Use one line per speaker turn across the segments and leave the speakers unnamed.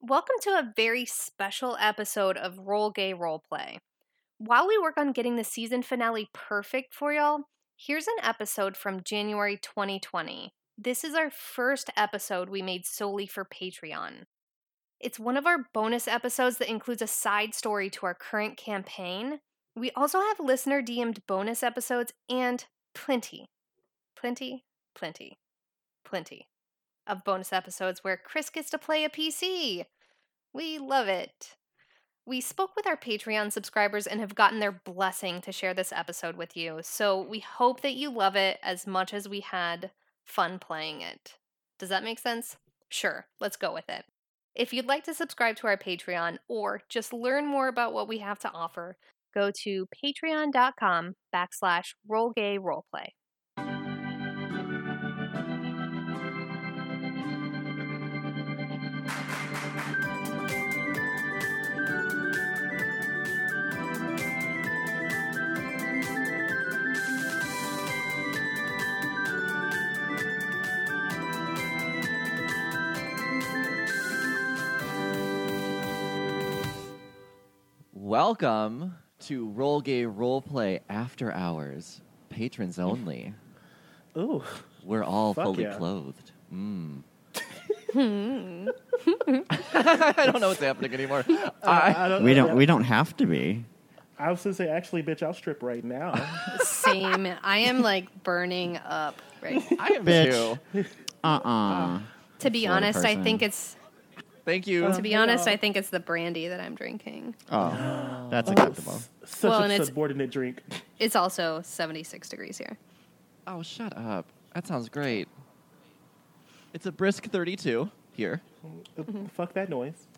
Welcome to a very special episode of Roll Gay Roleplay. While we work on getting the season finale perfect for y'all, here's an episode from January 2020. This is our first episode we made solely for Patreon. It's one of our bonus episodes that includes a side story to our current campaign. We also have listener DM'd bonus episodes and plenty, plenty, plenty, plenty of bonus episodes where Chris gets to play a PC. We love it. We spoke with our Patreon subscribers and have gotten their blessing to share this episode with you, so we hope that you love it as much as we had fun playing it. Does that make sense? Sure, let's go with it. If you'd like to subscribe to our Patreon or just learn more about what we have to offer, go to patreon.com backslash rollgayroleplay.
Welcome to Roll Gay Roleplay After Hours, patrons only.
Ooh.
We're all
Fuck
fully
yeah.
clothed. Mm. Hmm. I don't know what's happening anymore. I,
I don't,
We don't. We don't have to be.
I was gonna say, actually, bitch, I'll strip right now.
Same. I am like burning up right
I am
Bitch.
too.
Uh uh
To be
Florida
honest, I
person.
think it's
Thank you.
to be honest, I think it's the brandy that I'm drinking.
Oh, that's acceptable.
Such
Well, and
a
it's-
subordinate drink.
It's also 76 degrees here.
oh, shut up. That sounds great. It's a brisk 32 here.
Uh,
Mm-hmm.
Fuck that noise.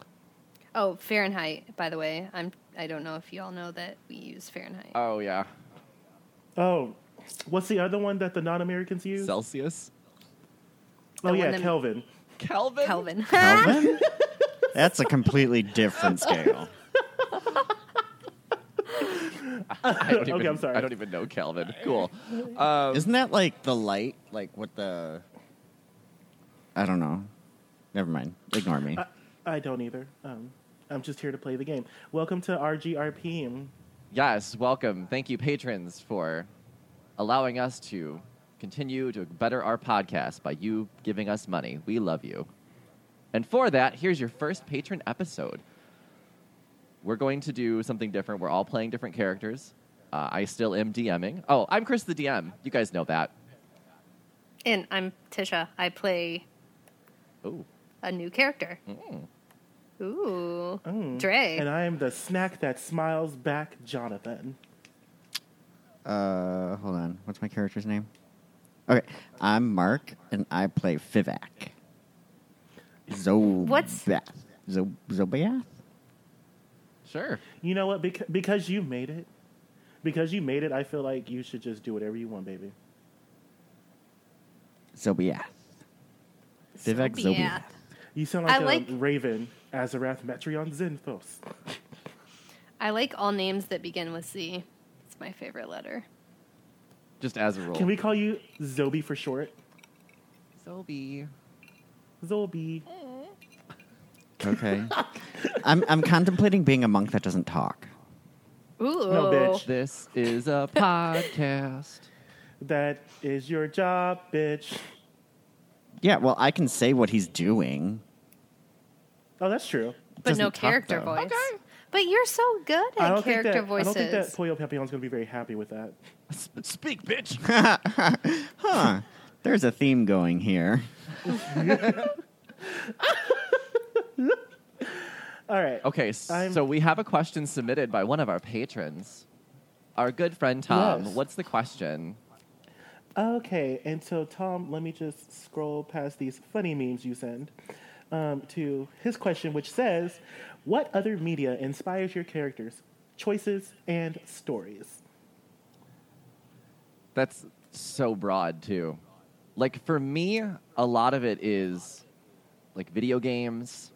Oh, Fahrenheit, by the way. I'm I don't know if you all know that we use Fahrenheit.
Oh, yeah.
Oh, what's the other one that the non-Americans use?
Celsius.
oh
The
yeah,
one that-
Kelvin.
Kelvin?
Kelvin.
Kelvin? that's a completely different scale.
I don't even,
Okay, I'm sorry.
I don't even know Kelvin. Cool. Um,
Isn't that like the light? Like what the? I don't know. Never mind. Ignore me.
Uh, I don't either. Um, I'm just here to play the game. Welcome to RGRP.
Yes, welcome. Thank you, patrons, for allowing us to continue to better our podcast by you giving us money. We love you. And for that, here's your first patron episode. We're going to do something different. We're all playing different characters. Uh, I still am DMing. Oh, I'm Chris the DM. You guys know that.
and I'm Tisha. I play
Oh,
a new character. Ooh. Dre.
Mm. And I am the snack that smiles back, Jonathan.
Uh, hold on. What's my character's name? Okay, I'm Mark, and I play Fivac. Zobath.
What's-
Zo- Zobath?
sure.
You know what? Bec- because you made it. Because you made it, I feel like you should just do whatever you want, baby.
Zobath. Fivac
Yeah.
Zobath.
You sound
I
like a
like-
raven, Azarath Metreon Zinthos.
I like all names that begin with Z. It's my favorite letter.
Just as a rule.
Can we call you Zobi for short?
Zobi.
Zobi.
Okay. I'm I'm contemplating being a monk that doesn't talk.
Ooh.
bitch.
This is a podcast.
That is your job, bitch.
Yeah, well, I can say what he's doing.
Oh, that's true.
But no
Doesn't talk,
character
though.
voice. But you're so good
I
at
don't
character
think that,
voices.
I don't think that Pollo Papillon's going to be very happy with that.
Speak, bitch.
Huh. There's a theme going here.
All right.
Okay, s-
I'm-
so we have a question submitted by one of our patrons, our good friend Tom.
Yes.
What's the question?
Okay. And so, Tom, let me just scroll past these funny memes you send um, to his question, which says, "What other media inspires your characters, choices, and stories?"
That's so broad, too. Like, for me, a lot of it is like video games,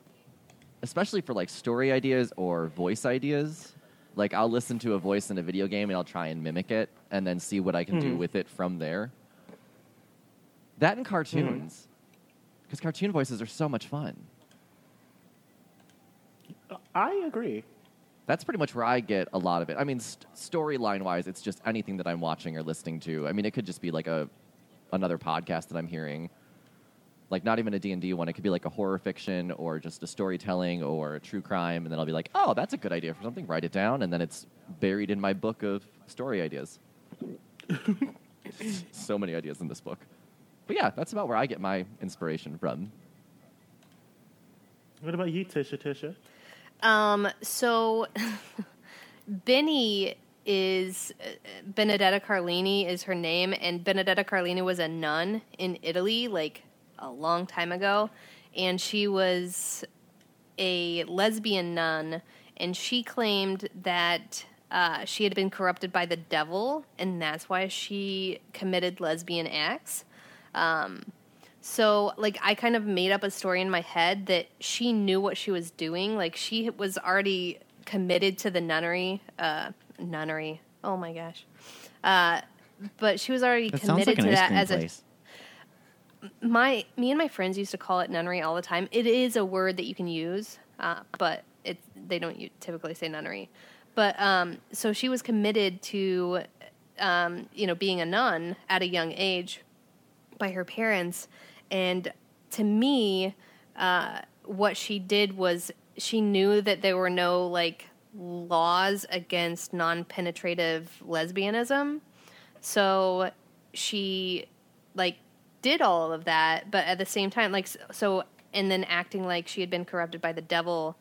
especially for like story ideas or voice ideas. Like, I'll listen to a voice in a video game and I'll try and mimic it and then see what I can
Hmm.
do with it from there.
Hmm.
That and cartoons, because cartoon voices are so much fun.
I agree.
That's pretty much where I get a lot of it. I mean, st- storyline wise, it's just anything that I'm watching or listening to. I mean, it could just be like a another podcast that I'm hearing. Like not even a D&D one. It could be like a horror fiction or just a storytelling or a true crime and then I'll be like, "Oh, that's a good idea for something. Write it down." And then it's buried in my book of story ideas. so many ideas in this book. But yeah, that's about where I get my inspiration from.
What about you, Tisha? Tisha?
Um, so Benny is uh, Benedetta Carlini is her name, and Benedetta Carlini was a nun in Italy, like a long time ago, and she was a lesbian nun, and she claimed that uh, she had been corrupted by the devil, and that's why she committed lesbian acts. Um, So, like, I kind of made up a story in my head that she knew what she was doing. Like, she was already committed to the nunnery. Uh, nunnery. Oh my gosh. Uh, but she was already
That sounds
committed
like an
to
ice
that
cream
as
place.
a my me and my friends used to call it nunnery all the time. It is a word that you can use, uh, but it they don't u- typically say nunnery. But um, so she was committed to, um, you know, being a nun at a young age by her parents. And to me, uh, what she did was she knew that there were no like laws against non penetrative lesbianism. So she like did all of that, but at the same time, like, s- so, and then acting like she had been corrupted by the devil.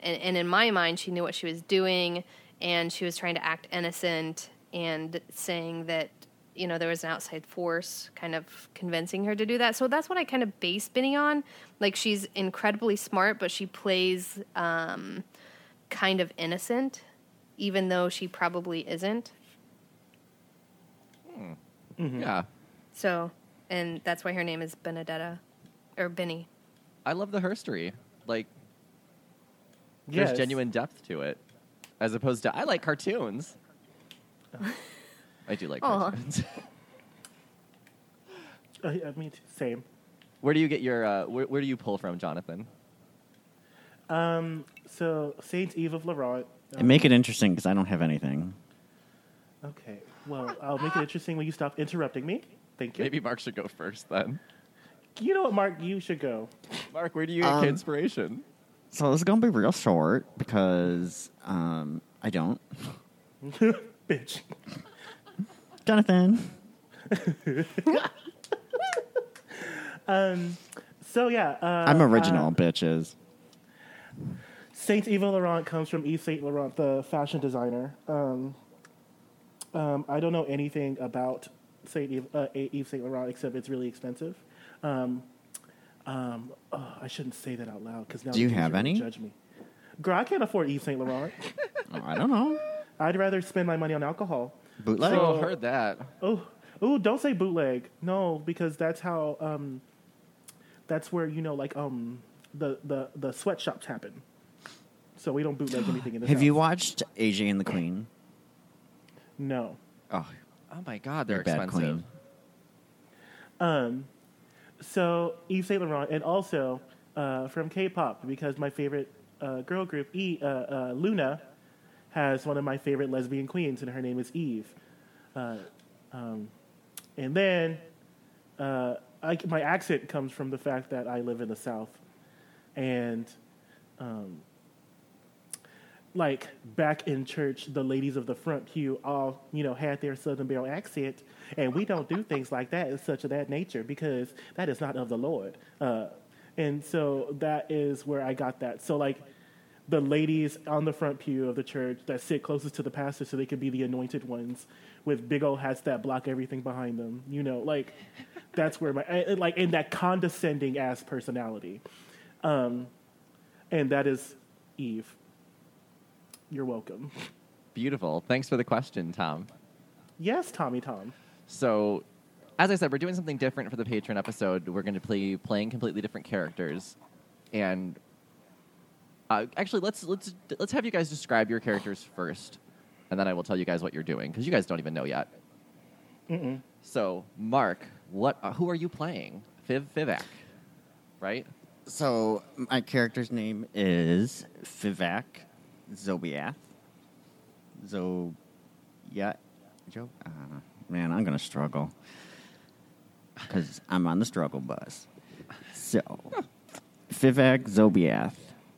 And, and in my mind, she knew what she was doing and she was trying to act innocent and saying that, you know, there was an outside force kind of convincing her to do that. So that's what I kind of base Benny on. Like, she's incredibly smart, but she plays um, kind of innocent, even though she probably isn't.
Yeah.
So, and that's why her name is Benedetta or Benny.
I love the herstory. Like
Yes.
there's genuine depth to it, as opposed to I like cartoons. I do like
Aw.
cartoons.
Uh, I mean, t- same.
where do you get your? Uh, where, where do you pull from, Jonathan?
Um, so Saint Eve of Laurent.
And make it interesting because I don't have anything.
Uh, Okay. Well, I'll make it interesting when you stop interrupting me. Thank you.
Maybe Mark should go first then.
You know what, Mark? You should go.
Mark, where do you get
Um,
inspiration?
So this is gonna be real short because um, I don't.
Bitch.
Jonathan,
So yeah. Uh,
I'm
uh,
original, bitches.
Saint Eva Laurent comes from Yves Saint Laurent, the fashion designer. Um, um, I don't know anything about Saint Eve, uh, Yves Saint Laurent except it's really expensive. Um, um, oh, I shouldn't say that out loud because now
Do you
the kids
have
are gonna
any?
Judge me, girl. I can't afford Yves Saint Laurent.
Oh, I don't know.
I'd rather spend my money on alcohol.
Bootleg.
oh,
so-
heard that.
Oh, oh, don't say bootleg. No, because that's how. Um, that's where you know, like um, the the the sweatshops happen. So we don't bootleg anything in this.
have you
house.
watched AJ and the Queen?
No.
Oh,
Oh my God, they're
Your bad
expensive.
queen.
Um, so Yves Saint Laurent, and also uh, from K-pop because my favorite uh, girl group, E uh, uh, Luna, has one of my favorite lesbian queens, and her name is Eve. Uh, um, and then uh, I, my accent comes from the fact that I live in the South, and um, like back in church, the ladies of the front pew all, you know, had their Southern Belle accent, and we don't do things like that in such of that nature because that is not of the Lord. Uh, and so that is where I got that. So like the ladies on the front pew of the church that sit closest to the pastor so they could be the anointed ones with big old hats that block everything behind them you know like that's where my and, like in that condescending ass personality um and that is eve you're welcome.
Beautiful. Thanks for the question, Tom.
Yes, Tommy Tom.
So, as I said, we're doing something different for the patron episode. We're going to play playing completely different characters, and uh, actually, let's let's let's have you guys describe your characters first, and then I will tell you guys what you're doing because you guys don't even know yet. So, Mark, what uh, who are you playing? Fiv Fivac, right?
So my character's name is Vivek Zobiath. Zo, yeah, Joe. Uh, man, I'm gonna struggle because I'm on the struggle bus. So, Vivek Zobiath.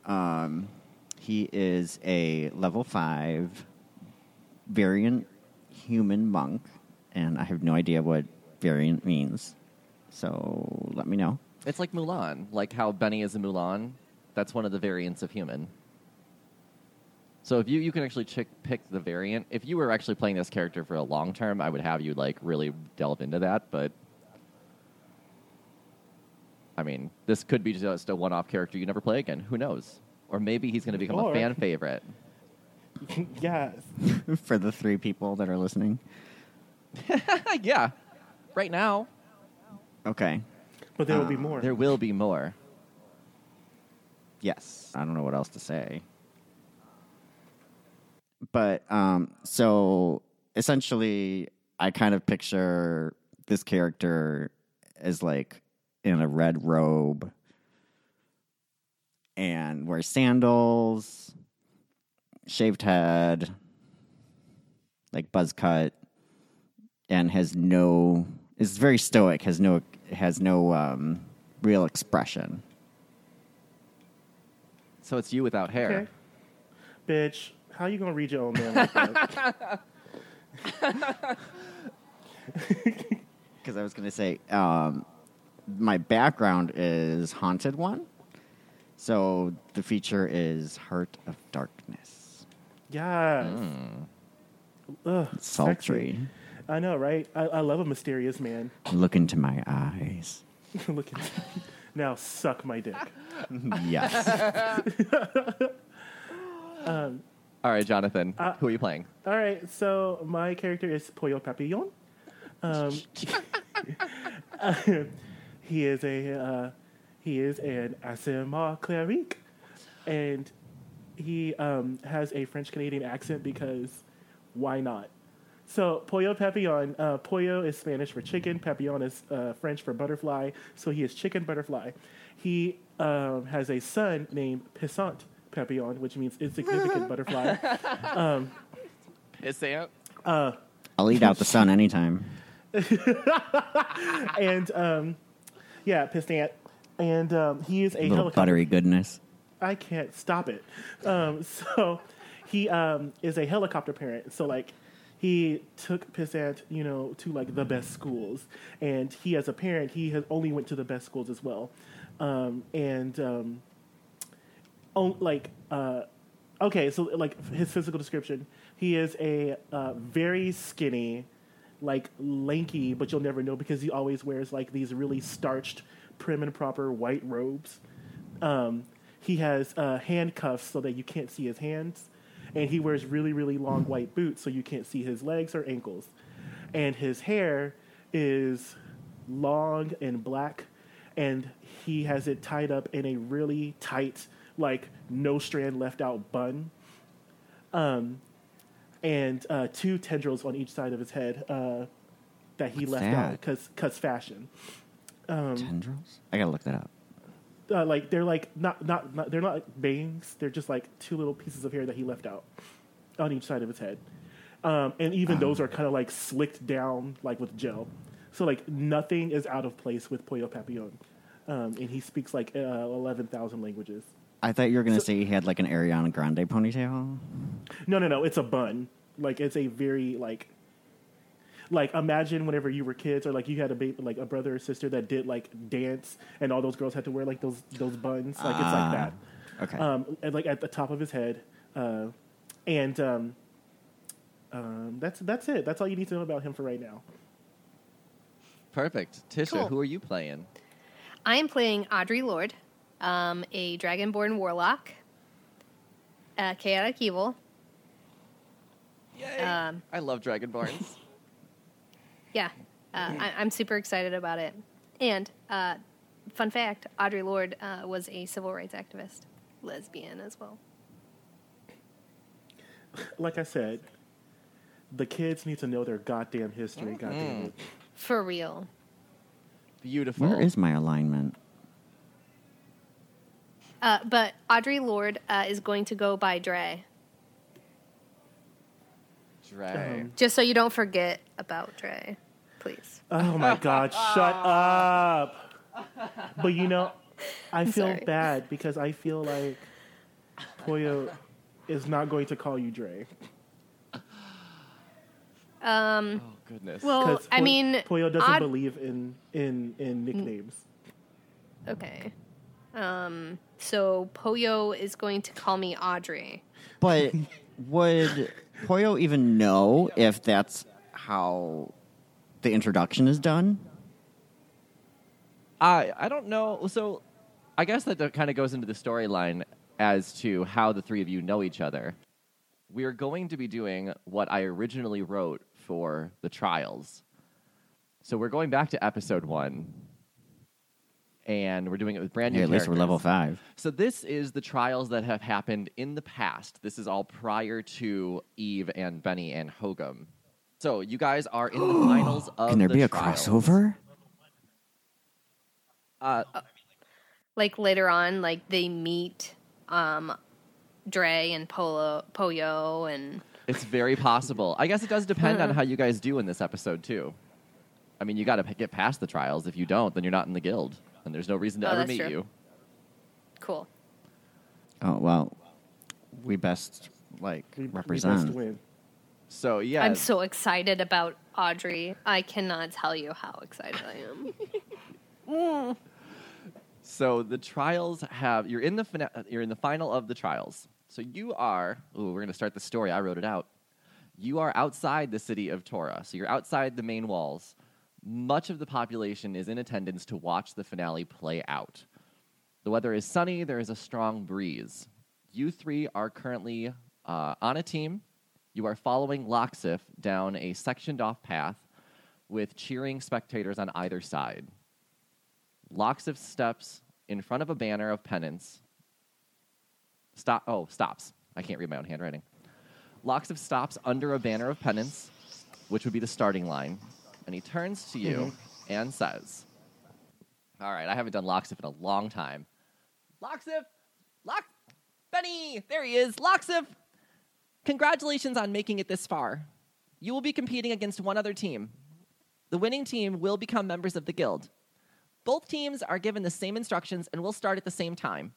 Um, he is a level five variant human monk, and I have no idea what variant means. So let me know.
It's like Mulan, like how Benny is a Mulan. That's one of the variants of human. So if you you can actually chick, pick the variant. If you were actually playing this character for a long term, I would have you like really delve into that. But I mean, this could be just a one-off character you never play again. Who knows? Or maybe he's going to become a
Or-
fan favorite.
yes.
for the three people that are listening.
yeah, right now
Okay.
But there will be
Uh,
more.
there will be more.
Yes. I don't know what else to say. But um, so essentially, I kind of picture this character as like in a red robe and wears sandals, shaved head, like buzz cut, and has no is very stoic, has no has no um, real expression.
So it's you without hair.
Okay. Bitch, how you gonna read your own man like that?
because I was going to say um, my background is haunted one, so the feature is heart of darkness,
yes. Ugh, sexy.
sultry.
I know, right? I, I love a mysterious man.
Look into my eyes.
Look at now, suck my dick.
Yes,
All right, Jonathan, who are you playing?
All right, so my character is Pollo Papillon. Um, he is a uh, he is an ASMR cleric, and he um, has a French Canadian accent because why not? So Pollo Papillon, uh, Pollo is Spanish for chicken, Papillon is uh, French for butterfly, so he is chicken butterfly. He um, has a son named Pissant Papillon, which means insignificant butterfly.
Pissant.
I'll eat out the sun anytime.
and um, yeah, Pistant. And um, he is a
Little
helicopter.
buttery goodness.
I can't stop it. Um, so he um, is a helicopter parent. So like he took Pissant, you know, to like the best schools, and he as a parent he has only went to the best schools as well, um, and um, on, like uh, okay, so like his physical description, he is a uh, very skinny, like lanky, but you'll never know because he always wears like these really starched, prim and proper white robes. Um, he has uh, handcuffs so that you can't see his hands, and he wears really, really long white boots so you can't see his legs or ankles. And his hair is long and black, and he has it tied up in a really tight, like no strand left out bun. Um, and uh, two tendrils on each side of his head uh, that he
What's
left
that?
out because cause fashion. Um,
Tendrils. I gotta look that up.
uh, like they're like not, not not they're not like bangs. They're just like two little pieces of hair that he left out on each side of his head, um, and even those are kind of like slicked down like with gel. So like nothing is out of place with Pollo Papillon, um, and he speaks like uh, eleven thousand languages.
I thought you were gonna say he had like an Ariana Grande ponytail.
No, no, no. It's a bun. Like it's a very like. Like imagine whenever you were kids, or like you had a baby, like a brother or sister that did like dance, and all those girls had to wear like those those buns. Like it's
Ah.
like that.
Okay.
um, and like at the top of his head, uh, and um, um, that's that's it. That's all you need to know about him for right now.
Perfect. Tisha,
Cool.
who are you playing?
I am playing Audrey Lord, um, a dragonborn warlock, uh, chaotic evil.
Yay!
Um,
I love Dragonborns.
Yeah, uh, I- I'm super excited about it. And uh, fun fact: Audrey Lord uh, was a civil rights activist, lesbian as well.
Like I said, the kids need to know their goddamn history.
Mm-hmm.
Goddamn it!
For real.
Beautiful.
Where is my alignment?
Uh, but Audrey Lorde uh, is going to go by Dre.
Dre.
Um,
Just so you don't forget about Dre, please.
Oh my God, shut up. But you know, I feel
sorry.
bad because I feel like Toyo is not going to call you Dre.
Um,
oh goodness.
well,
Because
I mean,
Toyo doesn't
Aud-
believe in, in, in nicknames.
okay. Um, so Poyo is going to call me Audrey.
But would Poyo even know if that's how the introduction is done?
I I don't know. So, I guess that kind of goes into the storyline as to how the three of you know each other. We're going to be doing what I originally wrote for the trials. So we're going back to episode one, and we're doing it with brand new.
Here, at least we're
characters.
level five.
So this is the trials that have happened in the past. This is all prior to Eve and Benny and Hogum. So you guys are in the finals of.
Can there
the
be a
trials.
crossover?
Uh,
Like later on, like they meet um, Dre and Polo, Poyo, and
It's very possible. I guess it does depend on how you guys do in this episode too. I mean, you got to get past the trials. If you don't, then you're not in the guild, and there's no reason to
Oh,
ever
that's
meet
true.
you.
cool.
Oh well, we best like
We, we
represent.
best win.
So yeah,
I'm so excited about Audrey. I cannot tell you how excited I am.
so the trials have you're in the fina- you're in the final of the trials. So you are. Ooh, we're gonna start the story. I wrote it out. You are outside the city of Torah, so you're outside the main walls. Much of the population is in attendance to watch the finale play out. The weather is sunny, there is a strong breeze. You three are currently uh, on a team. You are following Loxif down a sectioned off path with cheering spectators on either side. Loxif steps in front of a banner of penance. Stop. Oh, stops. I can't read my own handwriting. Loxif stops under a banner of penance, which would be the starting line, and he turns to you and says, "All right, I haven't done Loxif in a long time. Loxif, Lox, Benny, there he is. Loxif, congratulations on making it this far. You will be competing against one other team. The winning team will become members of the guild." Both teams are given the same instructions and will start at the same time.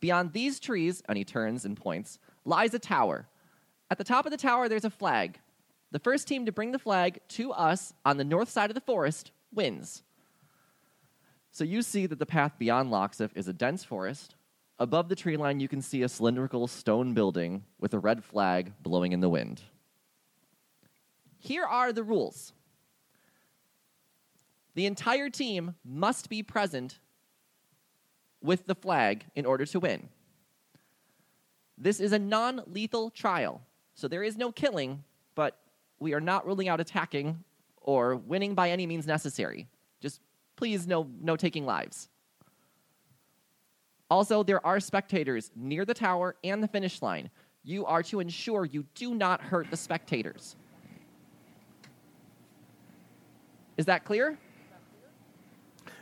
Beyond these trees, and he turns and points, lies a tower. At the top of the tower, there's a flag. The first team to bring the flag to us on the north side of the forest wins. So you see that the path beyond Loxif is a dense forest. Above the tree line, you can see a cylindrical stone building with a red flag blowing in the wind. Here are the rules. The entire team must be present with the flag in order to win. This is a non lethal trial, so there is no killing, but we are not ruling out attacking or winning by any means necessary. Just please, no, no taking lives. Also, there are spectators near the tower and the finish line. You are to ensure you do not hurt the spectators. Is that clear?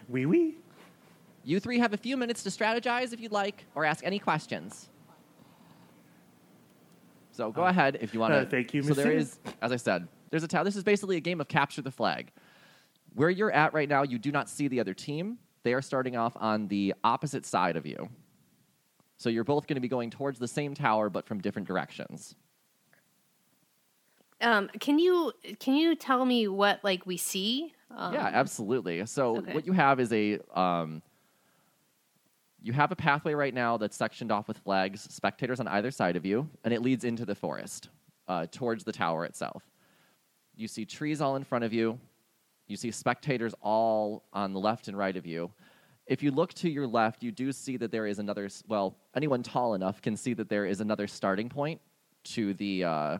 Wee wee.
You three have a few minutes to strategize if you'd like or ask any questions. So go ahead if you want to.
uh, thank you,
So
Miss
there
Sue.
is, as I said, there's a tower. This is basically a game of capture the flag. Where you're at right now, you do not see the other team. They are starting off on the opposite side of you. So you're both going to be going towards the same tower, but from different directions.
Um, can you can you tell me what like we see? Um,
yeah, absolutely. So
okay.
what you have is a um, you have a pathway right now that's sectioned off with flags, spectators on either side of you, and it leads into the forest uh, towards the tower itself. You see trees all in front of you. You see spectators all on the left and right of you. If you look to your left, you do see that there is another. s- Well, anyone tall enough can see that there is another starting point to the. Uh,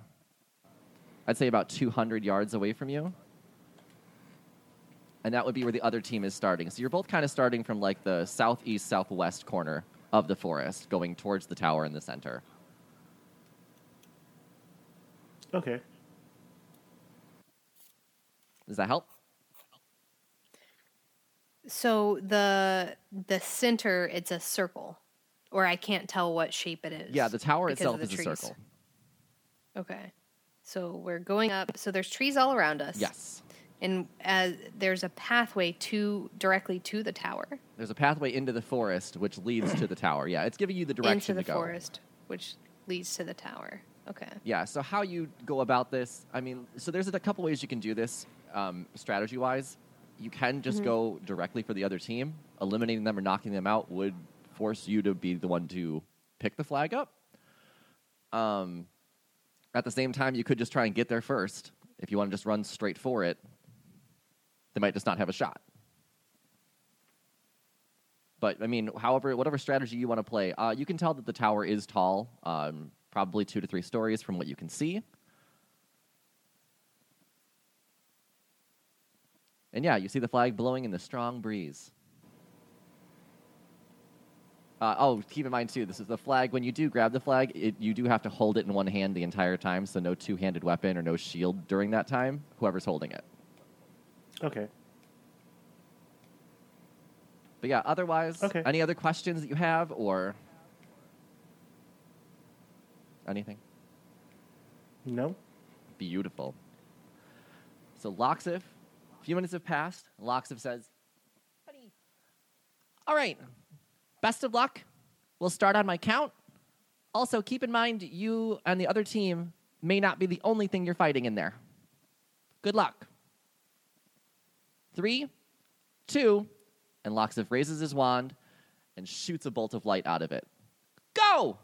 I'd say about 200 yards away from you and that would be where the other team is starting. So you're both kind of starting from like the southeast southwest corner of the forest, going towards the tower in the center.
Okay.
Does that help?
So the the center, it's a circle. or I can't tell what shape it is.
Yeah, the tower
because
itself
of
is
the
a
trees.
circle.
Okay. So we're going up. So there's trees all around us.
Yes.
And as there's a pathway to directly to the tower
There's a pathway into the forest which leads to the tower. Yeah, it's giving you the direction
into the
to go.
forest, which leads to the tower. Okay.
Yeah. So how you go about this? I mean, so there's a couple ways you can do this um, strategy wise. You can just go directly for the other team. Eliminating them or knocking them out would force you to be the one to pick the flag up. Um, at the same time, you could just try and get there first. If you want to just run straight for it, they might just not have a shot. But I mean, however, whatever strategy you want to play, uh, you can tell that the tower is tall, um, probably two to three stories from what you can see. And yeah, you see the flag blowing in the strong breeze. Uh, oh, keep in mind too, this is the flag. When you do grab the flag, it, you do have to hold it in one hand the entire time, so no two handed weapon or no shield during that time, whoever's holding it.
Okay.
But yeah, otherwise,
Okay.
any other questions that you have or anything?
No.
Beautiful. So Loxif, a few minutes have passed. Loxif says, All right, best of luck. We'll start on my count. Also, keep in mind you and the other team may not be the only thing you're fighting in there. Good luck. Three, two, and Loxif raises his wand and shoots a bolt of light out of it. Go!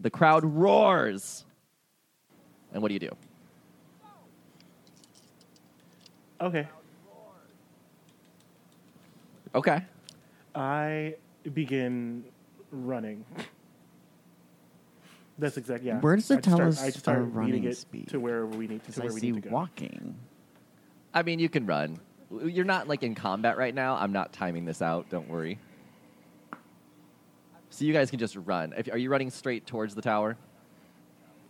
The crowd roars. And what do you do?
Okay.
Okay.
I begin running. That's exact. Yeah.
Where does it
I just
tell
start,
us
I just start
our
leading
running
it
speed?
to where we need to,
Because
to
I
where we
see
need to go.
walking.
I mean, you can run. You're not like in combat right now. I'm not timing this out. Don't worry. So you guys can just run. If, are you running straight towards the tower?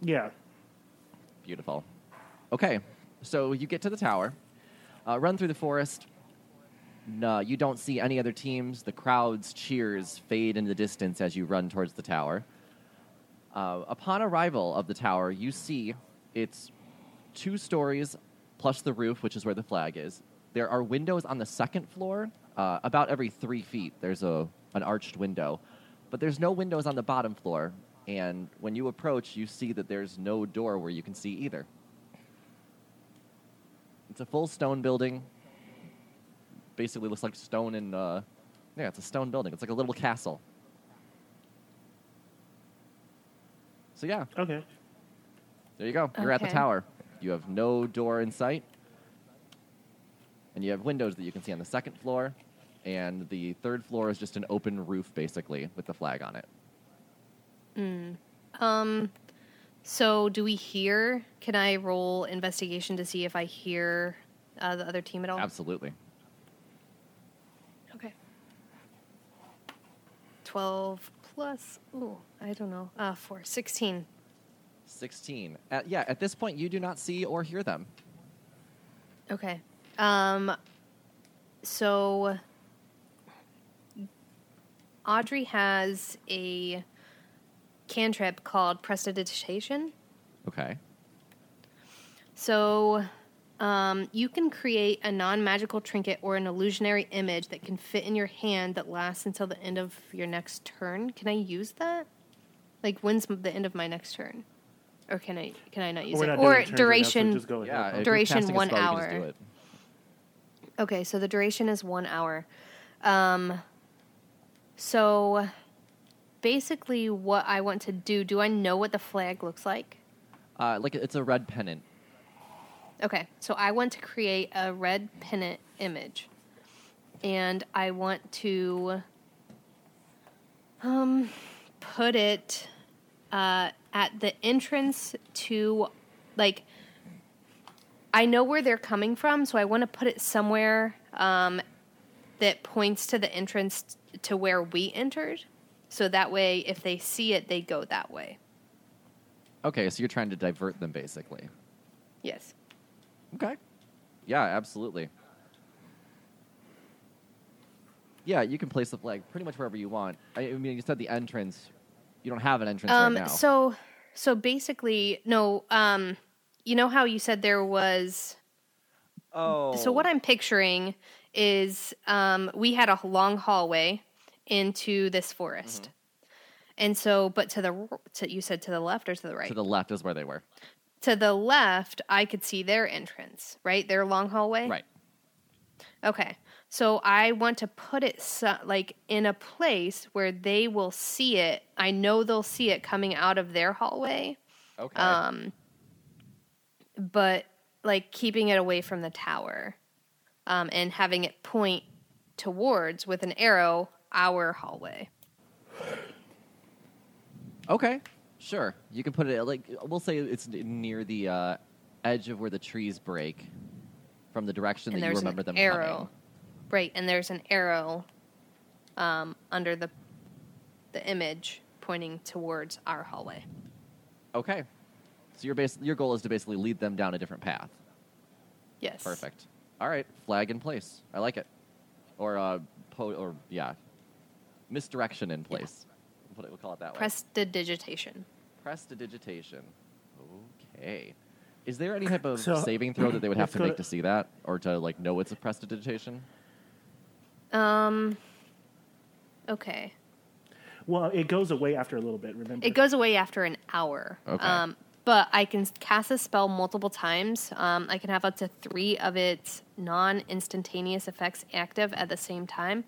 Yeah.
Beautiful. Okay, so you get to the tower, uh, run through the forest. No, you don't see any other teams. The crowd's cheers fade into the distance as you run towards the tower. Uh, upon arrival of the tower, you see it's two stories plus the roof, which is where the flag is. There are windows on the second floor. Uh, about every three feet, there's a, an arched window, but there's no windows on the bottom floor. And when you approach, you see that there's no door where you can see either. It's a full stone building. Basically, looks like stone and uh, yeah, it's a stone building. It's like a little castle. So yeah,
Okay.
there you go. You're at the
Okay.
tower. You have no door in sight. And you have windows that you can see on the second floor. And the third floor is just an open roof, basically, with the flag on it.
Um, so do we hear? Can I roll investigation to see if I hear uh, the other team at all?
Absolutely.
Okay. Twelve plus. Ooh, I don't know. Uh, four. Sixteen.
16. At, Uh, yeah, at this point, you do not see or hear them.
Okay. Um. So. Audrey has a cantrip called prestidigitation.
Okay.
So, um, you can create a non magical trinket or an illusionary image that can fit in your hand that lasts until the end of your next turn. Can I use that? Like, when's m- the end of my next turn? Or can I can I not use
We're
it?
not
Or
doing turns right now, so
duration?
just go ahead.
Yeah, if you're
Duration,
casting a
one
spell, you can just
hour.
do it.
Okay, so the duration is one hour. Um, so basically, what I want to do, do I know what the flag looks like?
Uh, like, it's a red pennant.
Okay, so I want to create a red pennant image, and I want to um, put it uh, at the entrance to, like, I know where they're coming from, so I want to put it somewhere um, that points to the entrance to where we entered. So that way, if they see it, they go that way.
Okay, so you're trying to divert them, basically.
Yes.
Okay. Yeah, absolutely. yeah, you can place the flag pretty much wherever you want. I, I mean, you said the entrance. You don't have an entrance
Um,
right now.
So, so basically, no. Um, you know how you said there was.
oh,
So what I'm picturing is um, we had a long hallway into this forest,
Mm-hmm.
and so but to the r- to, you said to the left or to the right
Oh. to the left is where they were.
to the left I could see their entrance right their long hallway
Right.
Okay. So I want to put it so, like in a place where they will see it. I know they'll see it coming out of their hallway,
Okay.
um, but like keeping it away from the tower, um, and having it point towards with an arrow our hallway.
okay. Sure. You can put it like we'll say it's n- near the uh, edge of where the trees break from the direction
And
that you
there's
remember
an
them
arrow, right? And there's an arrow um, under the the image pointing towards our hallway.
coming. Okay. So your base, your goal is to basically lead them down a different path.
Yes.
Perfect. All right, flag in place. I like it. Or uh, po- or yeah, misdirection in place. We'll put it- we'll call it that way.
Prestidigitation.
Prestidigitation. Okay. Is there any type of
So-
saving throw that they would have
let's
to
go
make
to-
to see that, or to like know it's a prestidigitation?
Um. Okay.
Well, it goes away after a little bit. Remember,
It goes away after an hour.
Okay.
Um, but I can cast a spell multiple times. Um, I can have up to three of its non instantaneous effects active at the same time.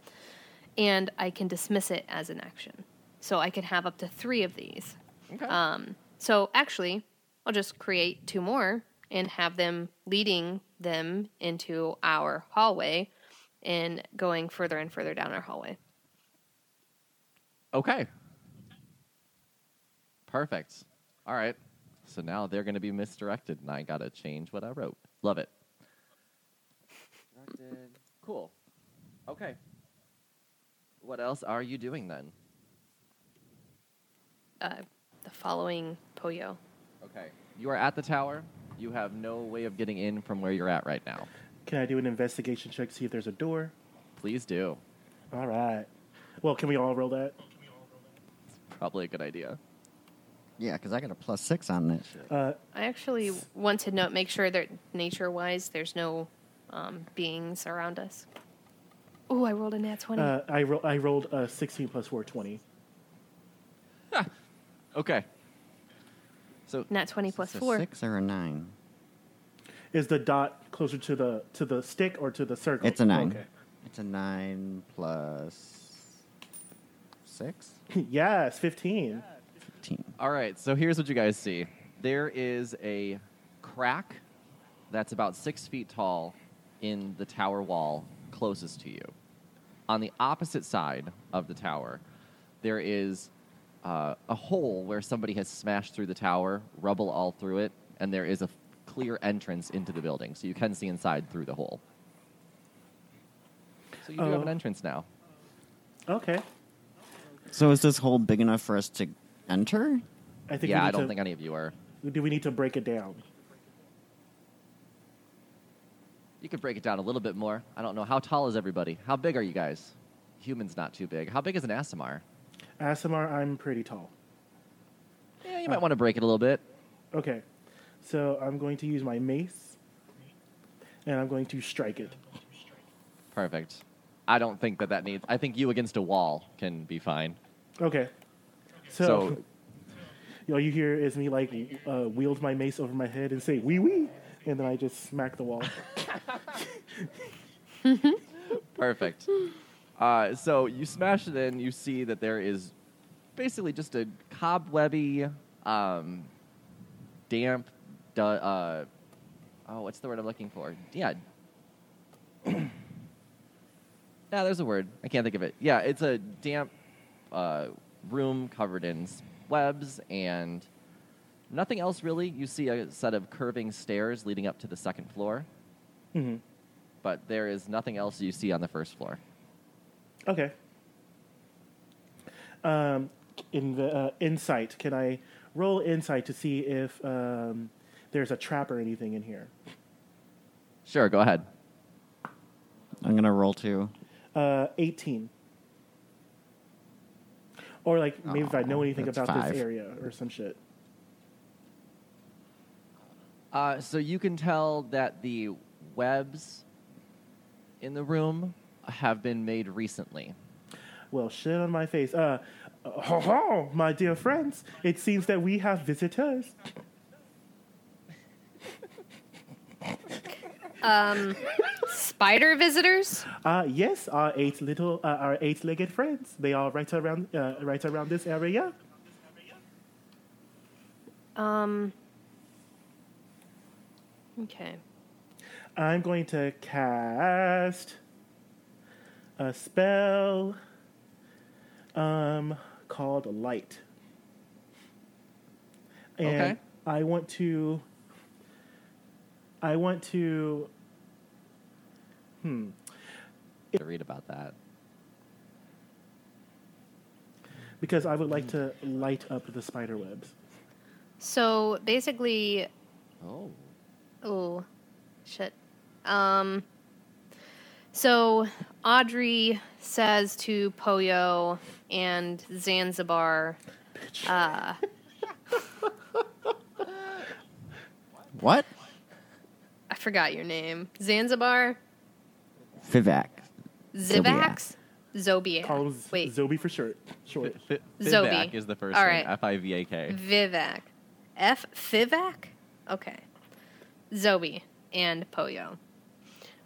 And I can dismiss it as an action. So I can have up to three of these.
Okay.
Um, so actually, I'll just create two more and have them leading them into our hallway and going further and further down our hallway.
Okay. Perfect. All right. So now they're going to be misdirected, and I got to change what I wrote. Love it. Cool. Okay. What else are you doing then?
Uh, the following Poyo.
Okay. You are at the tower. You have no way of getting in from where you're at right now.
can I do an investigation check to see if there's a door?
Please do.
All right. Well, can we all roll that?
Probably a good idea.
Yeah, because I got a plus six on that shit.
Uh,
I actually want to note, make sure that nature wise, there's no um, beings around us. Oh, I rolled a nat 20.
uh, I, ro- I rolled a 16 plus 4, 20.
Okay. So
nat 20 plus
It's a
4.
six or a nine?
Is the dot closer to the to the stick or to the circle?
It's a nine.
Okay.
It's a nine plus six?
yes, 15.
Fifteen.
All right, so here's what you guys see. There is a crack that's about six feet tall in the tower wall closest to you. On the opposite side of the tower, there is uh, a hole where somebody has smashed through the tower, rubble all through it, and there is a f- clear entrance into the building, so you can see inside through the hole. So you do have
Oh.
an entrance now.
Okay.
So is this hole big enough for us to enter?
I think we
yeah,
need
I don't
to,
think any of you are.
Do we need to break it down?
You could break it down a little bit more. I don't know. How tall is everybody? How big are you guys? Humans not too big. How big is an Asimar?
Asimar, I'm pretty tall.
Yeah, you might want to break it a little bit.
Okay. So I'm going to use my mace and I'm going to strike it.
Perfect. I don't think that that needs. I think you against a wall can be fine.
Okay. So,
So,
all you hear is me like uh, wield my mace over my head and say wee wee, and then I just smack the wall.
perfect. Uh, so you smash it in. You see that there is basically just a cobwebby, um, damp. Du- uh, oh, what's the word I'm looking for? Yeah. yeah, there's a word. I can't think of it. Yeah, it's a damp uh, room covered in s- webs and nothing else really. You see a set of curving stairs leading up to the second floor,
hmm
but there is nothing else you see on the first floor.
Okay. Um, in the uh, insight, can I roll insight to see if um, there's a trap or anything in here?
Sure, go ahead.
I'm gonna roll two.
Uh, 18. Or like maybe if I know
Aw,
anything
Oh, that's
about
five.
this area or some shit.
Uh, so you can tell that the webs in the room have been made recently.
Well, shit on my face. Uh, ho ho, my dear friends. It seems that we have visitors.
Um, spider visitors?
Uh, yes, our eight little, uh, our eight-legged friends. They are right around, uh, right around this area.
Um, okay.
I'm going to cast a spell um, called Light. And
Okay.
I want to. I want to.
To read about that.
Because I would like to light up the spider webs.
So basically,
Oh.
oh, shit. Um, so Audrey says to Poyo and Zanzibar, uh,
What?
I forgot your name, Zanzibar,
Vivek.
Zivax, Zobiac.
Call him Z-
Wait,
Zobi for short. Short.
F-
Zobi.
Fivak is the first
All
one.
right.
F I V A K.
Vivac. F Fivac? Okay. Zobi and Poyo.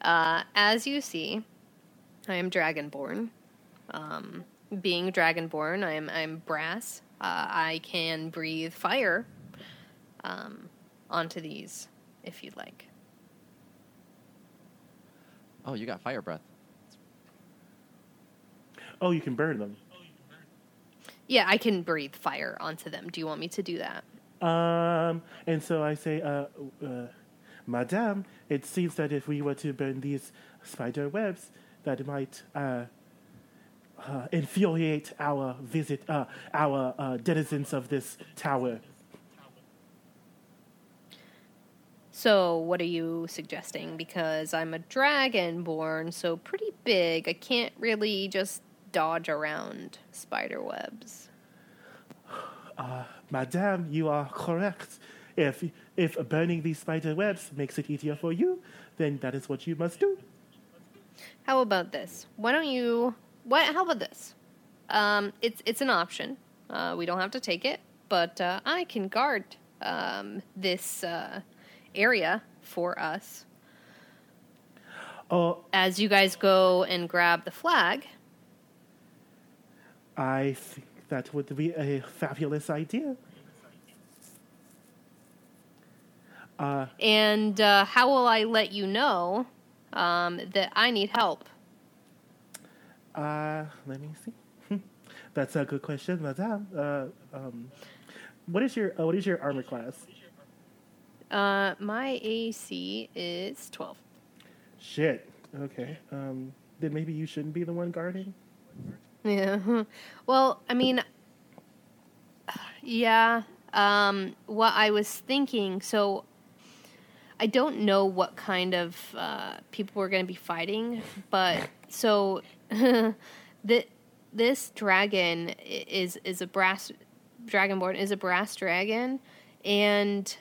Uh, as you see, I am Dragonborn. Um, being Dragonborn, I'm I'm brass. Uh, I can breathe fire um, onto these if you'd like.
Oh, you got fire breath.
Oh, you can burn them.
Yeah, I can breathe fire onto them. Do you want me to do that?
Um, and so I say, uh, uh, Madame, it seems that if we were to burn these spider webs, that might uh, uh, infuriate our visit, uh, our uh, denizens of this tower.
So, what are you suggesting? Because I'm a dragonborn, so pretty big. I can't really just dodge around spider webs.
Madame, you are correct. If if burning these spider webs makes it easier for you, then that is what you must do.
How about this? Why don't you? What? How about this? Um, it's it's an option. Uh, we don't have to take it, but uh, I can guard um, this uh, area for us
Oh,
as you guys go and grab the flag.
I think that would be a fabulous idea. Uh,
And uh, how will I let you know um, that I need help?
Uh, let me see. Hmm. That's a good question, madame. Uh, um, what is your uh, what is your armor class?
Uh, my AC is 12.
Shit. Okay. Um, then maybe you shouldn't be the one guarding.
Yeah. Well, I mean, yeah. Um, what I was thinking, so I don't know what kind of uh, people we're going to be fighting, but so th- this dragon i- is is a brass dragonborn is a brass dragon, and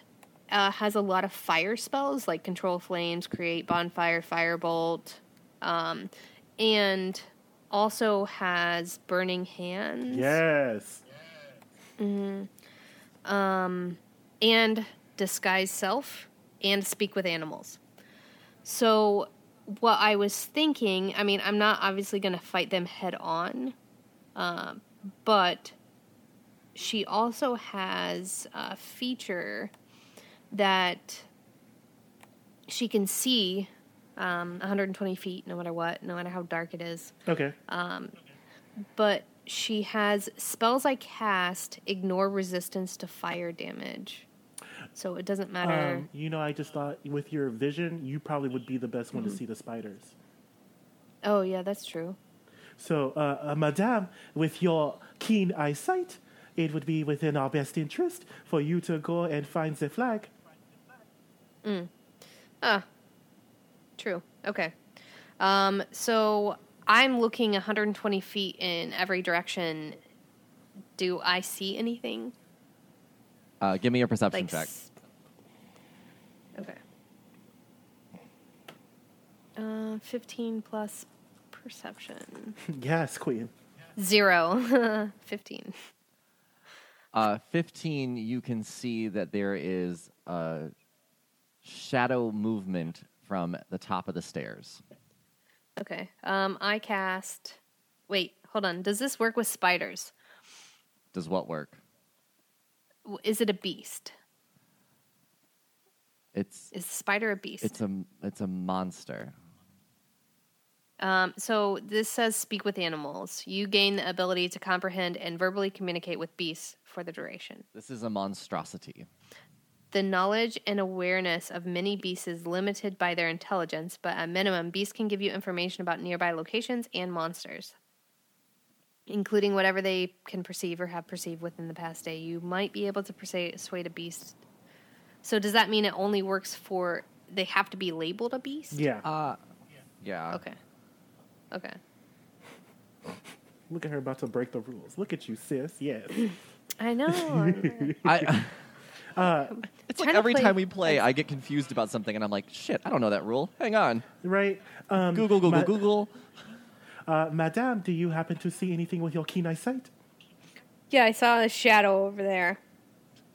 uh, has a lot of fire spells like control flames, create bonfire, firebolt, um, and also has burning hands.
Yes.
um, and disguise self and speak with animals. So, what I was thinking, I mean, I'm not obviously going to fight them head on, um, but she also has a feature that she can see um, 120 feet, no matter what, no matter how dark it is
Okay.
but she has spells I cast ignore resistance to fire damage. So it doesn't matter.
Um, you know, I just thought with your vision, you probably would be the best one to see the spiders.
oh, yeah, that's true.
So, uh, uh, madame, with your keen eyesight, it would be within our best interest for you to go and find the flag.
Ah, true. Okay. Um, so I'm looking 120 feet in every direction. Do I see anything?
Uh, give me your perception
Like.
check.
s- Okay. Uh, 15 plus perception.
Yes, queen.
Zero. 15.
Uh, 15, you can see that there is a shadow movement from the top of the stairs.
Okay. Um, I cast. Wait, hold on. Does this work with spiders?
Does what work?
W- Is it a beast?
It's
Is the spider a beast?
it's a it's a monster.
Um, so this says speak with animals. You gain the ability to comprehend and verbally communicate with beasts for the duration.
This is a monstrosity.
The knowledge and awareness of many beasts is limited by their intelligence, but at minimum, beasts can give you information about nearby locations and monsters, including whatever they can perceive or have perceived within the past day. You might be able to persuade a beast. So does that mean it only works for? They have to be labeled a beast.
Yeah.
Uh, yeah.
Okay. Okay.
Look at her about to break the rules. Look at you, sis. Yes.
I know. I'm-
I,
Uh,
it's
Trying
like
to
every
play-
time we play, I get confused about something, and I'm like, shit, I don't know that rule. Hang on.
right? Um,
Google, Google,
ma-
Google.
Uh, Madame, do you happen to see anything with your keen eyesight?
Yeah, I saw a shadow over there.